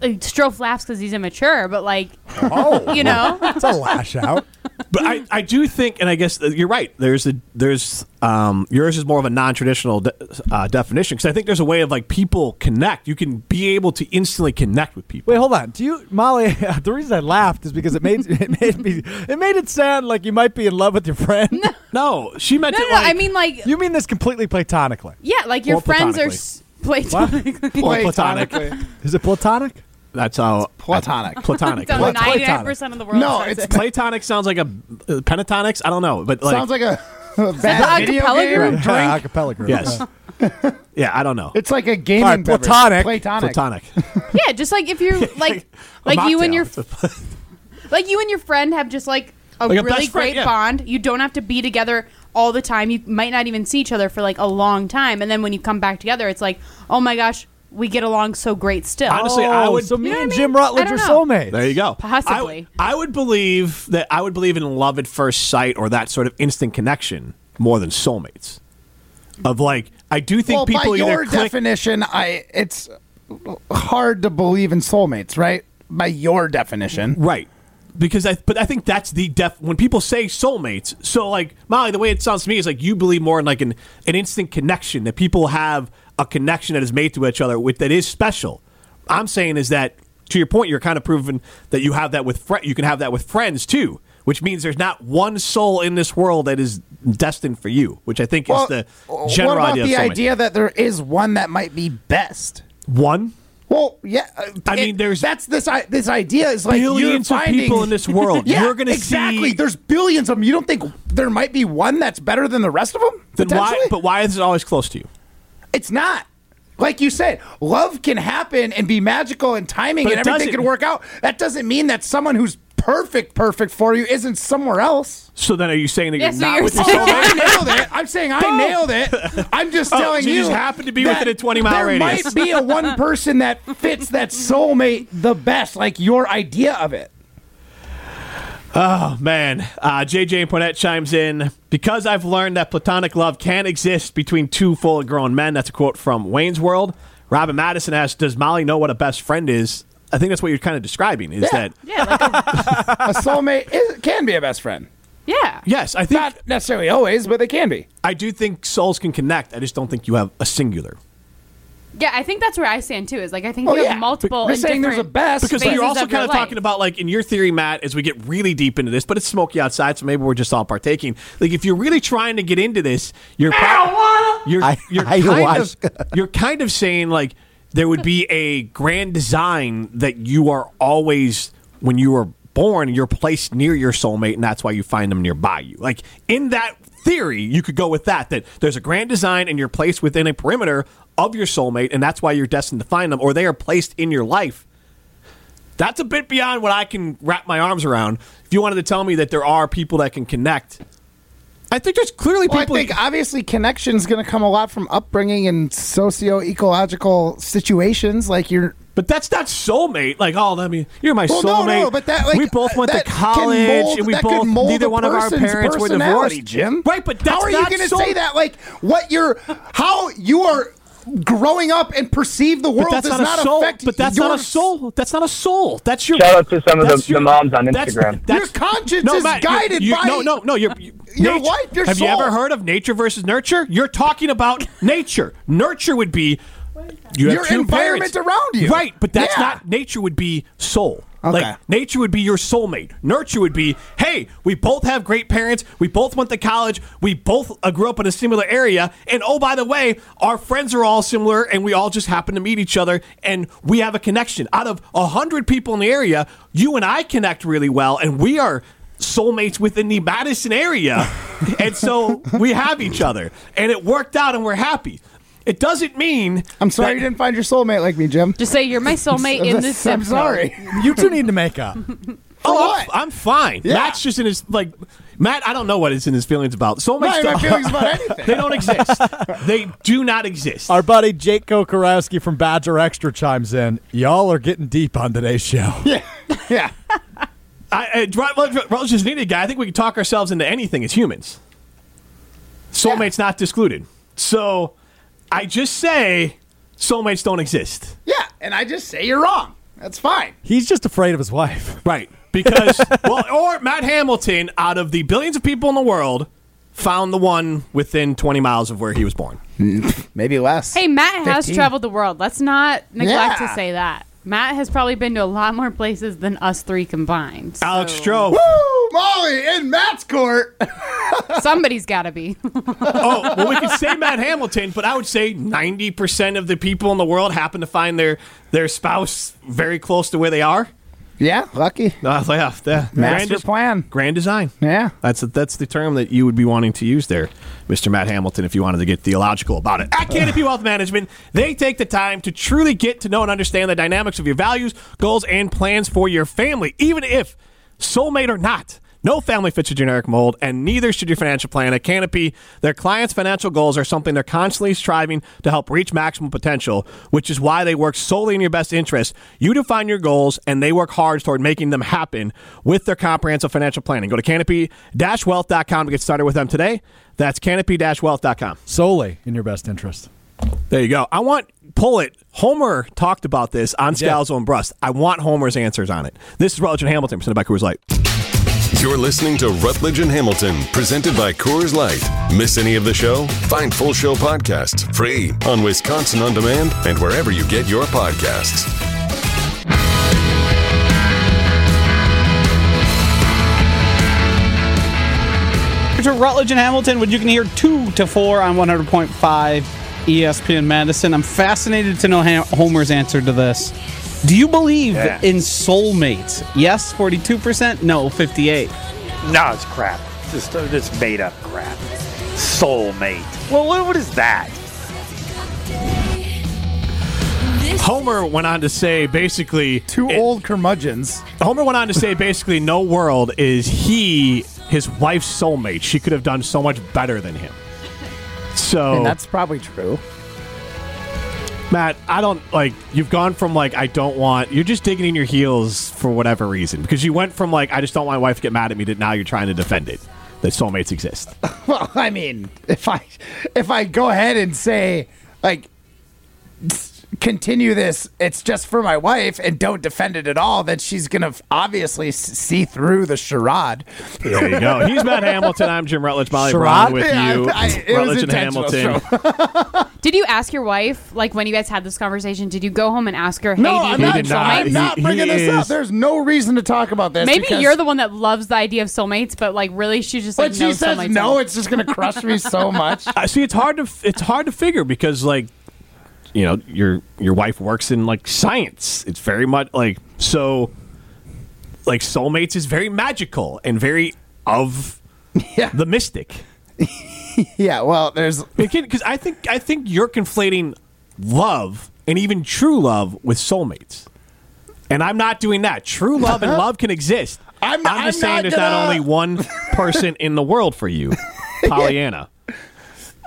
[SPEAKER 5] Like Strofe laughs because he's immature, but like, you know,
[SPEAKER 6] Oh, It's a lash out.
[SPEAKER 4] but I, I do think, and I guess that you're right. There's a there's um yours is more of a non-traditional de- uh, definition because I think there's a way of like people connect. You can be able to instantly connect with people.
[SPEAKER 6] Wait, hold on. Do you, Molly? [LAUGHS] The reason I laughed is because it made [LAUGHS] it made me it made it sound like you might be in love with your friend.
[SPEAKER 4] No, she meant
[SPEAKER 5] No, no,
[SPEAKER 6] it
[SPEAKER 5] no,
[SPEAKER 6] like-
[SPEAKER 5] I mean like
[SPEAKER 6] [LAUGHS] You mean this completely platonically?
[SPEAKER 5] yeah, like your
[SPEAKER 6] Or
[SPEAKER 5] friends are
[SPEAKER 6] platonically.
[SPEAKER 4] [LAUGHS]
[SPEAKER 5] s- [LAUGHS] platonically.
[SPEAKER 4] Or platonic.
[SPEAKER 6] Is it platonic?
[SPEAKER 4] That's how
[SPEAKER 1] platonic.
[SPEAKER 4] platonic.
[SPEAKER 5] Done
[SPEAKER 6] What's platonic?
[SPEAKER 5] 99% of the world.
[SPEAKER 1] [LAUGHS] No,
[SPEAKER 5] says
[SPEAKER 1] it's
[SPEAKER 5] it.
[SPEAKER 4] Platonic sounds like a uh, pentatonics. I don't know, but
[SPEAKER 1] [LAUGHS]
[SPEAKER 4] like
[SPEAKER 1] Sounds like a, [LAUGHS] a
[SPEAKER 5] that
[SPEAKER 1] bad
[SPEAKER 5] a
[SPEAKER 1] video
[SPEAKER 5] cappella
[SPEAKER 1] game
[SPEAKER 5] group?
[SPEAKER 6] [LAUGHS]
[SPEAKER 1] drink.
[SPEAKER 6] Yeah, acapella group.
[SPEAKER 4] yes,
[SPEAKER 6] Uh,
[SPEAKER 4] [LAUGHS] yeah, I don't know.
[SPEAKER 1] It's like a gaming
[SPEAKER 6] All right,
[SPEAKER 1] beverage.
[SPEAKER 6] platonic.
[SPEAKER 1] Platonic.
[SPEAKER 4] platonic.
[SPEAKER 5] [LAUGHS] Yeah, just like if you're like
[SPEAKER 4] [LAUGHS] A
[SPEAKER 5] like you and
[SPEAKER 4] mocktail.
[SPEAKER 5] your like you and your friend have just like a
[SPEAKER 4] Like a
[SPEAKER 5] really
[SPEAKER 4] best friend,
[SPEAKER 5] great
[SPEAKER 4] yeah.
[SPEAKER 5] bond. You don't have to be together all the time. You might not even see each other for like a long time, and then when you come back together, it's like, oh my gosh, we get along so great still.
[SPEAKER 4] Honestly, I
[SPEAKER 6] Oh,
[SPEAKER 4] would-
[SPEAKER 6] so me
[SPEAKER 5] You know
[SPEAKER 6] and
[SPEAKER 5] what I
[SPEAKER 6] Jim
[SPEAKER 5] mean?
[SPEAKER 6] Rutledge
[SPEAKER 5] I
[SPEAKER 6] are
[SPEAKER 5] don't know.
[SPEAKER 6] soulmates.
[SPEAKER 4] There you go.
[SPEAKER 5] Possibly.
[SPEAKER 4] I w- I would believe that I would believe in love at first sight or that sort of instant connection more than soulmates. Of like, I do think
[SPEAKER 1] Well,
[SPEAKER 4] people
[SPEAKER 1] by
[SPEAKER 4] either
[SPEAKER 1] your
[SPEAKER 4] click.
[SPEAKER 1] definition, I it's hard to believe in soulmates, right? By your definition,
[SPEAKER 4] right. Because I, but I think that's the def. When people say soulmates, so like Molly, the way it sounds to me is like you believe more in like an an instant connection that people have a connection that is made to each other with that is special. I'm saying is that to your point, you're kind of proving that you have that with fri You can have that with friends too, which means there's not one soul in this world that is destined for you. Which I think
[SPEAKER 1] Well, uh,
[SPEAKER 4] is the
[SPEAKER 1] what
[SPEAKER 4] general
[SPEAKER 1] about
[SPEAKER 4] idea.
[SPEAKER 1] the
[SPEAKER 4] of soulmate.
[SPEAKER 1] idea that there is one that might be best?
[SPEAKER 4] One
[SPEAKER 1] Well, yeah. uh,
[SPEAKER 4] I mean, there's-
[SPEAKER 1] that's this. I, this idea is like
[SPEAKER 4] billions
[SPEAKER 1] you're
[SPEAKER 4] of
[SPEAKER 1] finding,
[SPEAKER 4] people in this
[SPEAKER 1] [LAUGHS]
[SPEAKER 4] world.
[SPEAKER 1] Yeah,
[SPEAKER 4] you're going to
[SPEAKER 1] exactly.
[SPEAKER 4] see.
[SPEAKER 1] There's billions of them. You don't think there might be one that's better than the rest of them?
[SPEAKER 4] Then why?
[SPEAKER 1] potentially?
[SPEAKER 4] But why is it always close to you?
[SPEAKER 1] It's not. Like you said, love can happen and be magical and timing
[SPEAKER 4] But
[SPEAKER 1] and
[SPEAKER 4] it
[SPEAKER 1] everything
[SPEAKER 4] doesn't-
[SPEAKER 1] can work out. That doesn't mean that someone who's perfect, perfect for you isn't somewhere else.
[SPEAKER 4] So then, are you saying that
[SPEAKER 5] Yeah,
[SPEAKER 4] you're
[SPEAKER 5] so
[SPEAKER 4] not
[SPEAKER 5] you're
[SPEAKER 4] with
[SPEAKER 5] saying-
[SPEAKER 4] your
[SPEAKER 1] Oh,
[SPEAKER 4] soulmate?
[SPEAKER 1] I nailed it. I'm saying I nailed it. I'm just
[SPEAKER 4] Oh,
[SPEAKER 1] telling
[SPEAKER 4] so
[SPEAKER 1] you.
[SPEAKER 4] you just happen to be
[SPEAKER 1] that
[SPEAKER 4] within a 20 mile
[SPEAKER 1] there
[SPEAKER 4] radius.
[SPEAKER 1] might be a one person that fits that soulmate the best, like your idea of it.
[SPEAKER 4] Man, uh, JJ and Poinette chimes in because I've learned that platonic love can exist between two fully grown men. That's a quote from Wayne's World. Robin Madison asks, "Does Molly know what a best friend is?" I think that's what you're kind of describing. Is
[SPEAKER 1] Yeah.
[SPEAKER 4] that
[SPEAKER 5] [LAUGHS] yeah, like a,
[SPEAKER 4] [LAUGHS]
[SPEAKER 1] A soulmate is, can be a best friend.
[SPEAKER 5] yeah.
[SPEAKER 4] yes? I think
[SPEAKER 1] Not necessarily always, but they can be.
[SPEAKER 4] I do think souls can connect. I just don't think you have a singular
[SPEAKER 5] Yeah, I think that's where I stand too. Is like I think
[SPEAKER 1] Oh,
[SPEAKER 5] we
[SPEAKER 1] yeah.
[SPEAKER 5] have multiple.
[SPEAKER 1] You're
[SPEAKER 5] and
[SPEAKER 1] saying there's a
[SPEAKER 5] different-
[SPEAKER 1] best
[SPEAKER 4] because
[SPEAKER 1] but-
[SPEAKER 5] Phases
[SPEAKER 4] you're also
[SPEAKER 5] of your
[SPEAKER 4] kind of
[SPEAKER 5] life.
[SPEAKER 4] talking about like in your theory, Matt, as we get really deep into this, but it's smoky outside, so maybe we're just all partaking. Like if you're really trying to get into this, you're pro- you're
[SPEAKER 11] I-
[SPEAKER 4] you're
[SPEAKER 11] I
[SPEAKER 4] kind of,
[SPEAKER 11] [LAUGHS] ayahuasca.
[SPEAKER 4] you're kind of saying like there would be a grand design that you are always when you are born, you're placed near your soulmate, and that's why you find them nearby you. Like in that theory, you could go with that that there's a grand design and you're placed within a perimeter of your soulmate, and that's why you're destined to find them, or they are placed in your life. That's a bit beyond what I can wrap my arms around. If you wanted to tell me that there are people that can connect, I think there's clearly
[SPEAKER 1] Well, I
[SPEAKER 4] people.
[SPEAKER 1] think obviously connection's going to come a lot from upbringing and socio ecological situations. Like you're.
[SPEAKER 4] but that's not soulmate. Like, oh, let me. You're my
[SPEAKER 1] Well, no,
[SPEAKER 4] soulmate.
[SPEAKER 1] no, but that, like,
[SPEAKER 4] we both went
[SPEAKER 1] that
[SPEAKER 4] to
[SPEAKER 1] can
[SPEAKER 4] college,
[SPEAKER 1] mold-
[SPEAKER 4] and we
[SPEAKER 1] that could
[SPEAKER 4] both
[SPEAKER 1] mold
[SPEAKER 4] neither
[SPEAKER 1] a
[SPEAKER 4] one of our
[SPEAKER 1] person's
[SPEAKER 4] parents were
[SPEAKER 1] personality,
[SPEAKER 4] divorced.
[SPEAKER 1] Jim.
[SPEAKER 4] Right, but that's
[SPEAKER 1] how are you
[SPEAKER 4] not
[SPEAKER 1] going to
[SPEAKER 4] soul-
[SPEAKER 1] say that? Like what you're, how you are growing up and perceive the world
[SPEAKER 4] But that's
[SPEAKER 1] does
[SPEAKER 4] not,
[SPEAKER 1] not,
[SPEAKER 4] a soul.
[SPEAKER 1] affect.
[SPEAKER 4] But that's
[SPEAKER 1] your,
[SPEAKER 4] not a soul. That's not a soul. That's your.
[SPEAKER 3] Shout out to some of the-
[SPEAKER 4] that's
[SPEAKER 3] the moms on
[SPEAKER 4] that's-
[SPEAKER 3] Instagram.
[SPEAKER 4] that's-
[SPEAKER 1] Your conscience is
[SPEAKER 4] Matt, you're-
[SPEAKER 1] guided
[SPEAKER 4] you're-
[SPEAKER 1] by
[SPEAKER 4] no, no, no. Your you-
[SPEAKER 1] your
[SPEAKER 4] nature-
[SPEAKER 1] life, your
[SPEAKER 4] Have you
[SPEAKER 1] soul.
[SPEAKER 4] ever heard of nature versus nurture? You're talking about nature. Nurture would be you have
[SPEAKER 1] Your
[SPEAKER 4] two
[SPEAKER 1] environment
[SPEAKER 4] parents.
[SPEAKER 1] around you.
[SPEAKER 4] right? But that's
[SPEAKER 1] Yeah.
[SPEAKER 4] not nature. Would be soul.
[SPEAKER 1] Okay.
[SPEAKER 4] Like nature would be your soulmate. Nurture would be, hey, we both have great parents. We both went to college. We both uh, grew up in a similar area. And oh, by the way, our friends are all similar, and we all just happen to meet each other, and we have a connection. Out of a hundred people in the area, you and I connect really well, and we are soulmates within the Madison area, and so we have each other, and it worked out, and we're happy. It doesn't mean
[SPEAKER 1] I'm sorry you didn't find your soulmate like me, Jim.
[SPEAKER 5] Just say you're my soulmate in this.
[SPEAKER 1] I'm
[SPEAKER 5] zip
[SPEAKER 1] sorry.
[SPEAKER 6] You two need to make up.
[SPEAKER 4] Oh,
[SPEAKER 1] what?
[SPEAKER 4] I'm, I'm fine. Matt's just in his like Matt. I don't know what it's in his feelings about. So
[SPEAKER 1] Not
[SPEAKER 4] much
[SPEAKER 1] my
[SPEAKER 4] stuff.
[SPEAKER 1] feelings about
[SPEAKER 4] [LAUGHS]
[SPEAKER 1] anything.
[SPEAKER 4] they don't exist. they do not exist.
[SPEAKER 6] Our buddy Jake Kokorowski from Badger Extra chimes in. Y'all are getting deep on today's show. [LAUGHS]
[SPEAKER 1] Yeah.
[SPEAKER 4] I, I, Rut- Rut- Rutledge is needed guy. I think we can talk ourselves into anything as humans. Soulmates not excluded. So I just say soulmates don't exist.
[SPEAKER 1] Yeah. And I just say you're wrong. That's fine.
[SPEAKER 6] He's just afraid of his wife.
[SPEAKER 4] Right. because well, or Matt Hamilton, out of the billions of people in the world, found the one within 20 miles of where he was born.
[SPEAKER 1] Maybe less.
[SPEAKER 5] Hey, Matt has
[SPEAKER 1] 15.
[SPEAKER 5] traveled the world. Let's not neglect
[SPEAKER 1] Yeah.
[SPEAKER 5] to say that. Matt has probably been to a lot more places than us three
[SPEAKER 1] [LAUGHS]
[SPEAKER 5] combined.
[SPEAKER 4] Alex Stroh.
[SPEAKER 1] Woo, [LAUGHS] Molly in Matt's court.
[SPEAKER 5] Somebody's got to be. [LAUGHS]
[SPEAKER 4] oh, well, we could say Matt Hamilton, but I would say 90% of the people in the world happen to find their their spouse very close to where they are.
[SPEAKER 1] Yeah, lucky.
[SPEAKER 4] Uh, yeah, yeah.
[SPEAKER 1] Master plan.
[SPEAKER 4] Grand design.
[SPEAKER 1] Yeah.
[SPEAKER 4] That's that's the term that you would be wanting to use there, Mr. Matt Hamilton, if you wanted to get theological about it. At Canopy Wealth Management, they take the time to truly get to know and understand the dynamics of your values, goals, and plans for your family, even if soulmate or not. No family fits your generic mold, and neither should your financial plan. At Canopy, their clients' financial goals are something they're constantly striving to help reach maximum potential, which is why they work solely in your best interest. You define your goals, and they work hard toward making them happen with their comprehensive financial planning. Go to canopy-wealth.com to get started with them today. That's canopy-wealth.com.
[SPEAKER 6] Solely in your best interest.
[SPEAKER 4] There you go. I want pull it. Homer talked about this on Scalzo and Brust. I want Homer's answers on it. This is Rutledge and Hamilton presented by Coors Light.
[SPEAKER 2] You're listening to Rutledge and Hamilton, presented by Coors Light. Miss any of the show? Find full show podcasts free on Wisconsin On Demand and wherever you get your podcasts.
[SPEAKER 11] Here's your Rutledge and Hamilton, which you can hear 2 to 4 on 100.5 ESPN Madison. I'm fascinated to know Ham- Homer's answer to this. Do you believe
[SPEAKER 4] Yeah.
[SPEAKER 11] in soulmates? Yes, 42%. No, 58.
[SPEAKER 12] No, it's crap. It's just uh, it's made up crap. Soulmate. Well, what, what is that?
[SPEAKER 4] Homer went on to say basically
[SPEAKER 1] Two old curmudgeons.
[SPEAKER 4] Homer went on
[SPEAKER 1] [LAUGHS]
[SPEAKER 4] to say basically no world is he his wife's soulmate. She could have done so much better than him. So
[SPEAKER 1] And that's probably true.
[SPEAKER 4] Matt, I don't like you've gone from like I don't want you're just digging in your heels for whatever reason because you went from like I just don't want my wife to get mad at me to now you're trying to defend it that soulmates exist.
[SPEAKER 1] [LAUGHS] Well, I mean, if I if I go ahead and say like s- continue this, it's just for my wife and don't defend it at all, then she's going to obviously s- see through the charade.
[SPEAKER 4] There you
[SPEAKER 1] [LAUGHS]
[SPEAKER 4] go. He's Matt Hamilton. I'm Jim Rutledge. Molly Brown
[SPEAKER 1] Charade?
[SPEAKER 4] with
[SPEAKER 1] Yeah,
[SPEAKER 4] you.
[SPEAKER 1] I- I- it was
[SPEAKER 4] Rutledge and
[SPEAKER 1] intentional,
[SPEAKER 4] Hamilton.
[SPEAKER 5] Did you ask your wife, like when you guys had this conversation, did you go home and ask her, hey,
[SPEAKER 1] No,
[SPEAKER 5] do you
[SPEAKER 1] I'm
[SPEAKER 4] He
[SPEAKER 1] not,
[SPEAKER 5] think
[SPEAKER 4] did not.
[SPEAKER 1] I'm
[SPEAKER 4] He-
[SPEAKER 5] soulmates?
[SPEAKER 1] not
[SPEAKER 4] he
[SPEAKER 1] bringing this up.
[SPEAKER 4] is-
[SPEAKER 1] There's no reason to talk about this.
[SPEAKER 5] Maybe
[SPEAKER 1] because
[SPEAKER 5] you're the one that loves the idea of soulmates, but like really she's just like,
[SPEAKER 1] When
[SPEAKER 5] no,
[SPEAKER 1] she says
[SPEAKER 5] soulmates
[SPEAKER 1] no,
[SPEAKER 5] don't.
[SPEAKER 1] it's just going to crush me so [LAUGHS] much.
[SPEAKER 4] [LAUGHS] I see. It's hard to it's hard to figure because like you know your your wife works in like science. It's very much like so like soulmates is very magical and very of
[SPEAKER 1] Yeah.
[SPEAKER 4] the mystic.
[SPEAKER 1] Yeah, well, there's
[SPEAKER 4] Because I think I think you're conflating love and even true love with soulmates. And I'm not doing that. True
[SPEAKER 1] [LAUGHS]
[SPEAKER 4] love and love can exist.
[SPEAKER 1] I'm-
[SPEAKER 4] just
[SPEAKER 1] I'm
[SPEAKER 4] saying
[SPEAKER 1] not
[SPEAKER 4] there's not
[SPEAKER 1] gonna-
[SPEAKER 4] only one person in the world
[SPEAKER 1] [LAUGHS]
[SPEAKER 4] for you, Pollyanna.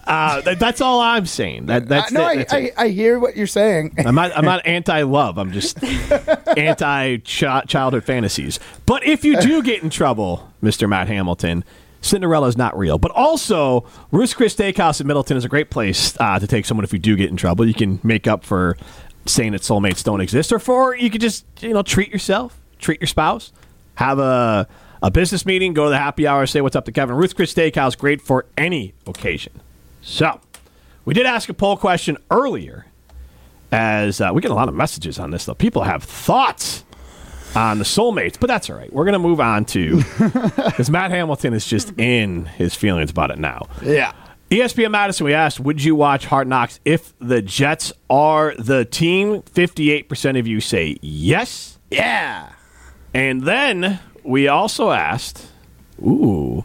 [SPEAKER 4] Uh, that, that's all I'm saying. That, that's
[SPEAKER 1] uh, no,
[SPEAKER 4] it. That's
[SPEAKER 1] I,
[SPEAKER 4] it.
[SPEAKER 1] I, I hear what you're saying.
[SPEAKER 4] I'm not. I'm not anti-love. I'm just anti-childhood fantasies. But if you do get in trouble, Mr. Matt Hamilton, Cinderella's not real. But also, Ruth's Chris Steakhouse in Middleton is a great place uh, to take someone if you do get in trouble. You can make up for saying that soulmates don't exist, or for you could just you know treat yourself, treat your spouse, have a a business meeting, go to the happy hour, say what's up to Kevin. Ruth's Chris Steakhouse, great for any occasion. So. We did ask a poll question earlier as uh, we get a lot of messages on this though. People have thoughts on the soulmates, but that's all right. We're gonna move
[SPEAKER 1] [LAUGHS]
[SPEAKER 4] on to because Matt Hamilton is just in his feelings about it now. E
[SPEAKER 1] Yeah.
[SPEAKER 4] ESPN Madison, we asked, would you watch Hard Knocks if the Jets are the team? 58% of you say yes.
[SPEAKER 1] Yeah.
[SPEAKER 4] And then we also asked, ooh,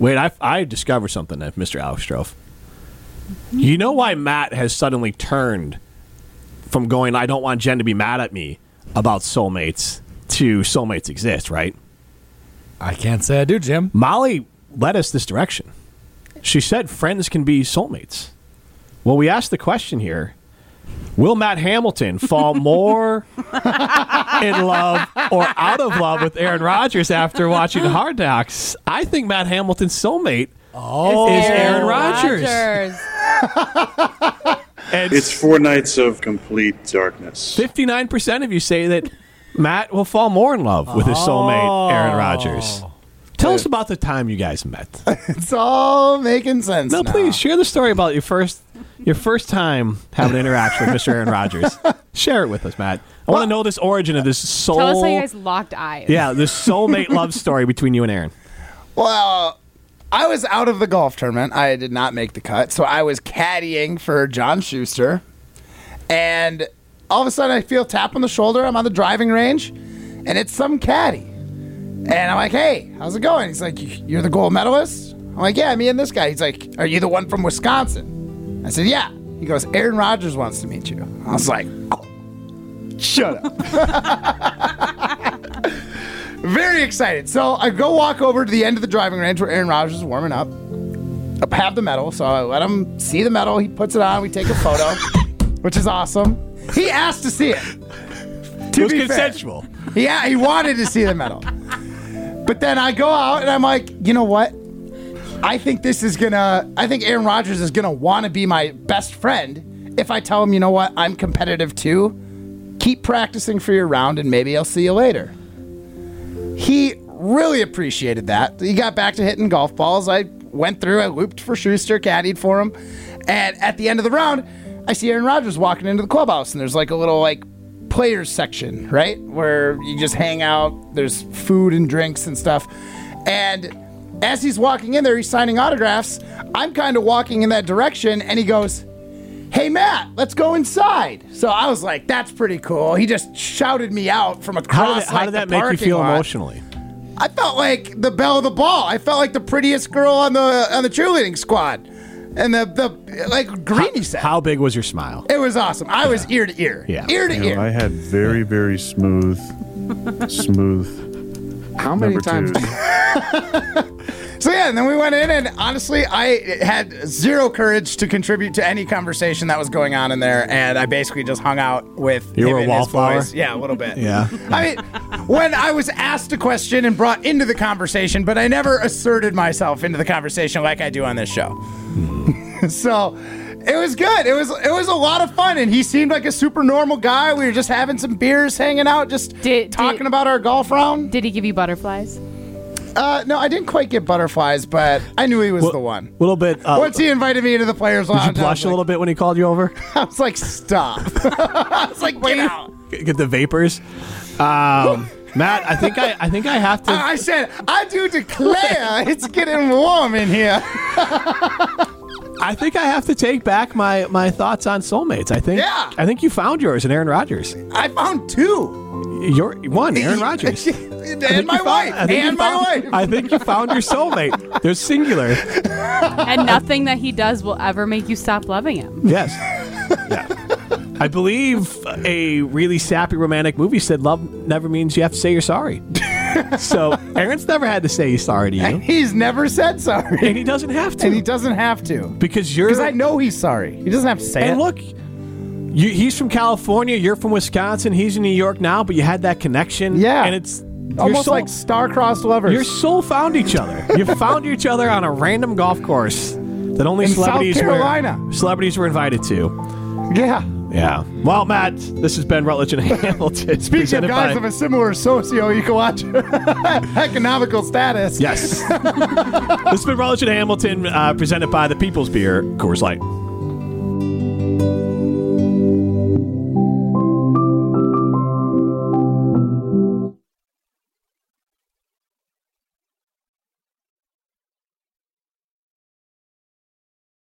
[SPEAKER 4] wait, I, I discovered something, that Mr. Alex Strofe. You know why Matt has suddenly turned from going, I don't want Jen to be mad at me about soulmates to soulmates exist, right?
[SPEAKER 6] I can't say I do, Jim.
[SPEAKER 4] Molly led us this direction. She said friends can be soulmates. Well, we asked the question here Will Matt Hamilton fall more in love or out of love with Aaron Rodgers after watching Hard Knocks? I think Matt Hamilton's soulmate is Aaron Rodgers.
[SPEAKER 5] Rodgers.
[SPEAKER 4] And
[SPEAKER 13] It's four nights of complete darkness.
[SPEAKER 4] 59% of you say that Matt will fall more in love with his soulmate,
[SPEAKER 1] Oh.
[SPEAKER 4] Aaron Rodgers. Tell us about the time you guys met.
[SPEAKER 1] it's all making sense.
[SPEAKER 4] No, please share the story about your first your first time having an interaction with Mr.
[SPEAKER 1] [LAUGHS]
[SPEAKER 4] Aaron Rodgers. Share it with us, Matt. I want to know this origin of this soul.
[SPEAKER 5] Tell us
[SPEAKER 1] Oh.
[SPEAKER 5] how you guys locked eyes.
[SPEAKER 4] yeah, this soulmate love story between you and Aaron.
[SPEAKER 1] Well, I was out of the golf tournament. I did not make the cut. So I was caddying for John Schuster. And all of a sudden, I feel tap on the shoulder. I'm on the driving range, and it's some caddy. And I'm like, hey, how's it going? He's like, you're the gold medalist? I'm like, yeah, me and this guy. He's like, are you the one from Wisconsin? I said, yeah. He goes, Aaron Rodgers wants to meet you. I was like, "Oh, shut up. [LAUGHS] Very excited. So I go walk over to the end of the driving range where Aaron Rodgers is warming up. I have the medal, so I let him see the medal. He puts it on. We take a photo, [LAUGHS] which is awesome. He asked to see it. To
[SPEAKER 4] It was
[SPEAKER 1] be fair.
[SPEAKER 4] consensual.
[SPEAKER 1] Yeah, he wanted to see the medal. But then I go out and I'm like, you know what? I think this is gonna. I think Aaron Rodgers is gonna want to be my best friend if I tell him, you know what? I'm competitive too. Keep practicing for your round, and maybe I'll see you later. He really appreciated that. He got back to hitting golf balls. I went through. I looped for Schuster, caddied for him, and at the end of the round, I see Aaron Rodgers walking into the clubhouse, and there's like a little like players section, right, where you just hang out. There's food and drinks and stuff, and as he's walking in there, he's signing autographs. I'm kind of walking in that direction, and he goes, Hey, Matt, let's go inside. So I was like, That's pretty cool. He just shouted me out from across.
[SPEAKER 4] How did, how
[SPEAKER 1] like,
[SPEAKER 4] did
[SPEAKER 1] the
[SPEAKER 4] that make you
[SPEAKER 1] parking
[SPEAKER 4] feel
[SPEAKER 1] lot.
[SPEAKER 4] emotionally?
[SPEAKER 1] I felt like the belle of the ball. I felt like the prettiest girl on the on the cheerleading squad, and the the like greeny set.
[SPEAKER 4] How big was your smile?
[SPEAKER 1] It was awesome. I was ear to ear,
[SPEAKER 13] Yeah.
[SPEAKER 1] ear to ear.
[SPEAKER 13] I had very, very smooth, smooth.
[SPEAKER 1] How many times- So yeah, and then we went in, and honestly, I had zero courage to contribute to any conversation that was going on in there, and I basically just hung out with
[SPEAKER 4] You
[SPEAKER 1] him
[SPEAKER 4] were a
[SPEAKER 1] and his
[SPEAKER 4] wallflower?
[SPEAKER 1] boys. Yeah, a little bit.
[SPEAKER 4] [LAUGHS] Yeah.
[SPEAKER 1] I mean, when I was asked a question and brought into the conversation, but I never asserted myself into the conversation like I do on this show. [LAUGHS] so it was good. It was it was a lot of fun, and he seemed like a super normal guy. We were just having some beers, hanging out, just talking about our golf round.
[SPEAKER 5] Did he give you butterflies?
[SPEAKER 1] Uh, no, I didn't quite get butterflies, but I knew he was the one.
[SPEAKER 4] A little bit. Uh,
[SPEAKER 1] Once he invited me into the players'
[SPEAKER 4] did
[SPEAKER 1] lounge,
[SPEAKER 4] you blush a little bit when he called you over?
[SPEAKER 1] I was like, "Stop!" [LAUGHS] I was like, "Get out!"
[SPEAKER 4] Get the vapors. Um, Matt, I think I, I think I have to.
[SPEAKER 1] I said, "I do declare, it's getting warm in here."
[SPEAKER 4] I think I have to take back my my thoughts on soulmates. I think
[SPEAKER 1] Yeah.
[SPEAKER 4] I think you found yours in Aaron Rodgers.
[SPEAKER 1] I found two.
[SPEAKER 4] Your
[SPEAKER 1] [LAUGHS]
[SPEAKER 4] one, Aaron Rodgers. I think you
[SPEAKER 1] and my
[SPEAKER 4] found-
[SPEAKER 1] wife,
[SPEAKER 4] I think you
[SPEAKER 1] and my
[SPEAKER 4] found-
[SPEAKER 1] wife.
[SPEAKER 4] I think you found your soulmate. They're
[SPEAKER 1] [LAUGHS]
[SPEAKER 4] singular.
[SPEAKER 5] and nothing that he does will ever make you stop loving him.
[SPEAKER 4] Yes. Yeah. I believe a really sappy romantic movie said love never means you have to say you're sorry. so Aaron's never had to say he's sorry to
[SPEAKER 1] [LAUGHS]
[SPEAKER 4] you.
[SPEAKER 1] He's never said sorry,
[SPEAKER 4] and he doesn't have to.
[SPEAKER 1] And he doesn't have to
[SPEAKER 4] because you're.
[SPEAKER 1] because I know he's sorry. He doesn't have to say
[SPEAKER 4] and
[SPEAKER 1] it.
[SPEAKER 4] look, you, he's from California. You're from Wisconsin. He's in New York now, but you had that connection.
[SPEAKER 1] Yeah.
[SPEAKER 4] and it's you're
[SPEAKER 1] almost
[SPEAKER 4] so-
[SPEAKER 1] like star-crossed lovers.
[SPEAKER 4] Your soul found each other. you found each other on a random golf course that only
[SPEAKER 1] In South
[SPEAKER 4] celebrities
[SPEAKER 1] Carolina.
[SPEAKER 4] were celebrities were invited to.
[SPEAKER 1] yeah.
[SPEAKER 4] Yeah. Well, Matt, this has been Rutledge and [LAUGHS] Hamilton.
[SPEAKER 1] Speaking of guys of a similar socio-economic [LAUGHS] economical status, [LAUGHS]
[SPEAKER 4] yes. this has been Rutledge and Hamilton, uh, presented by the People's Beer Coors Light.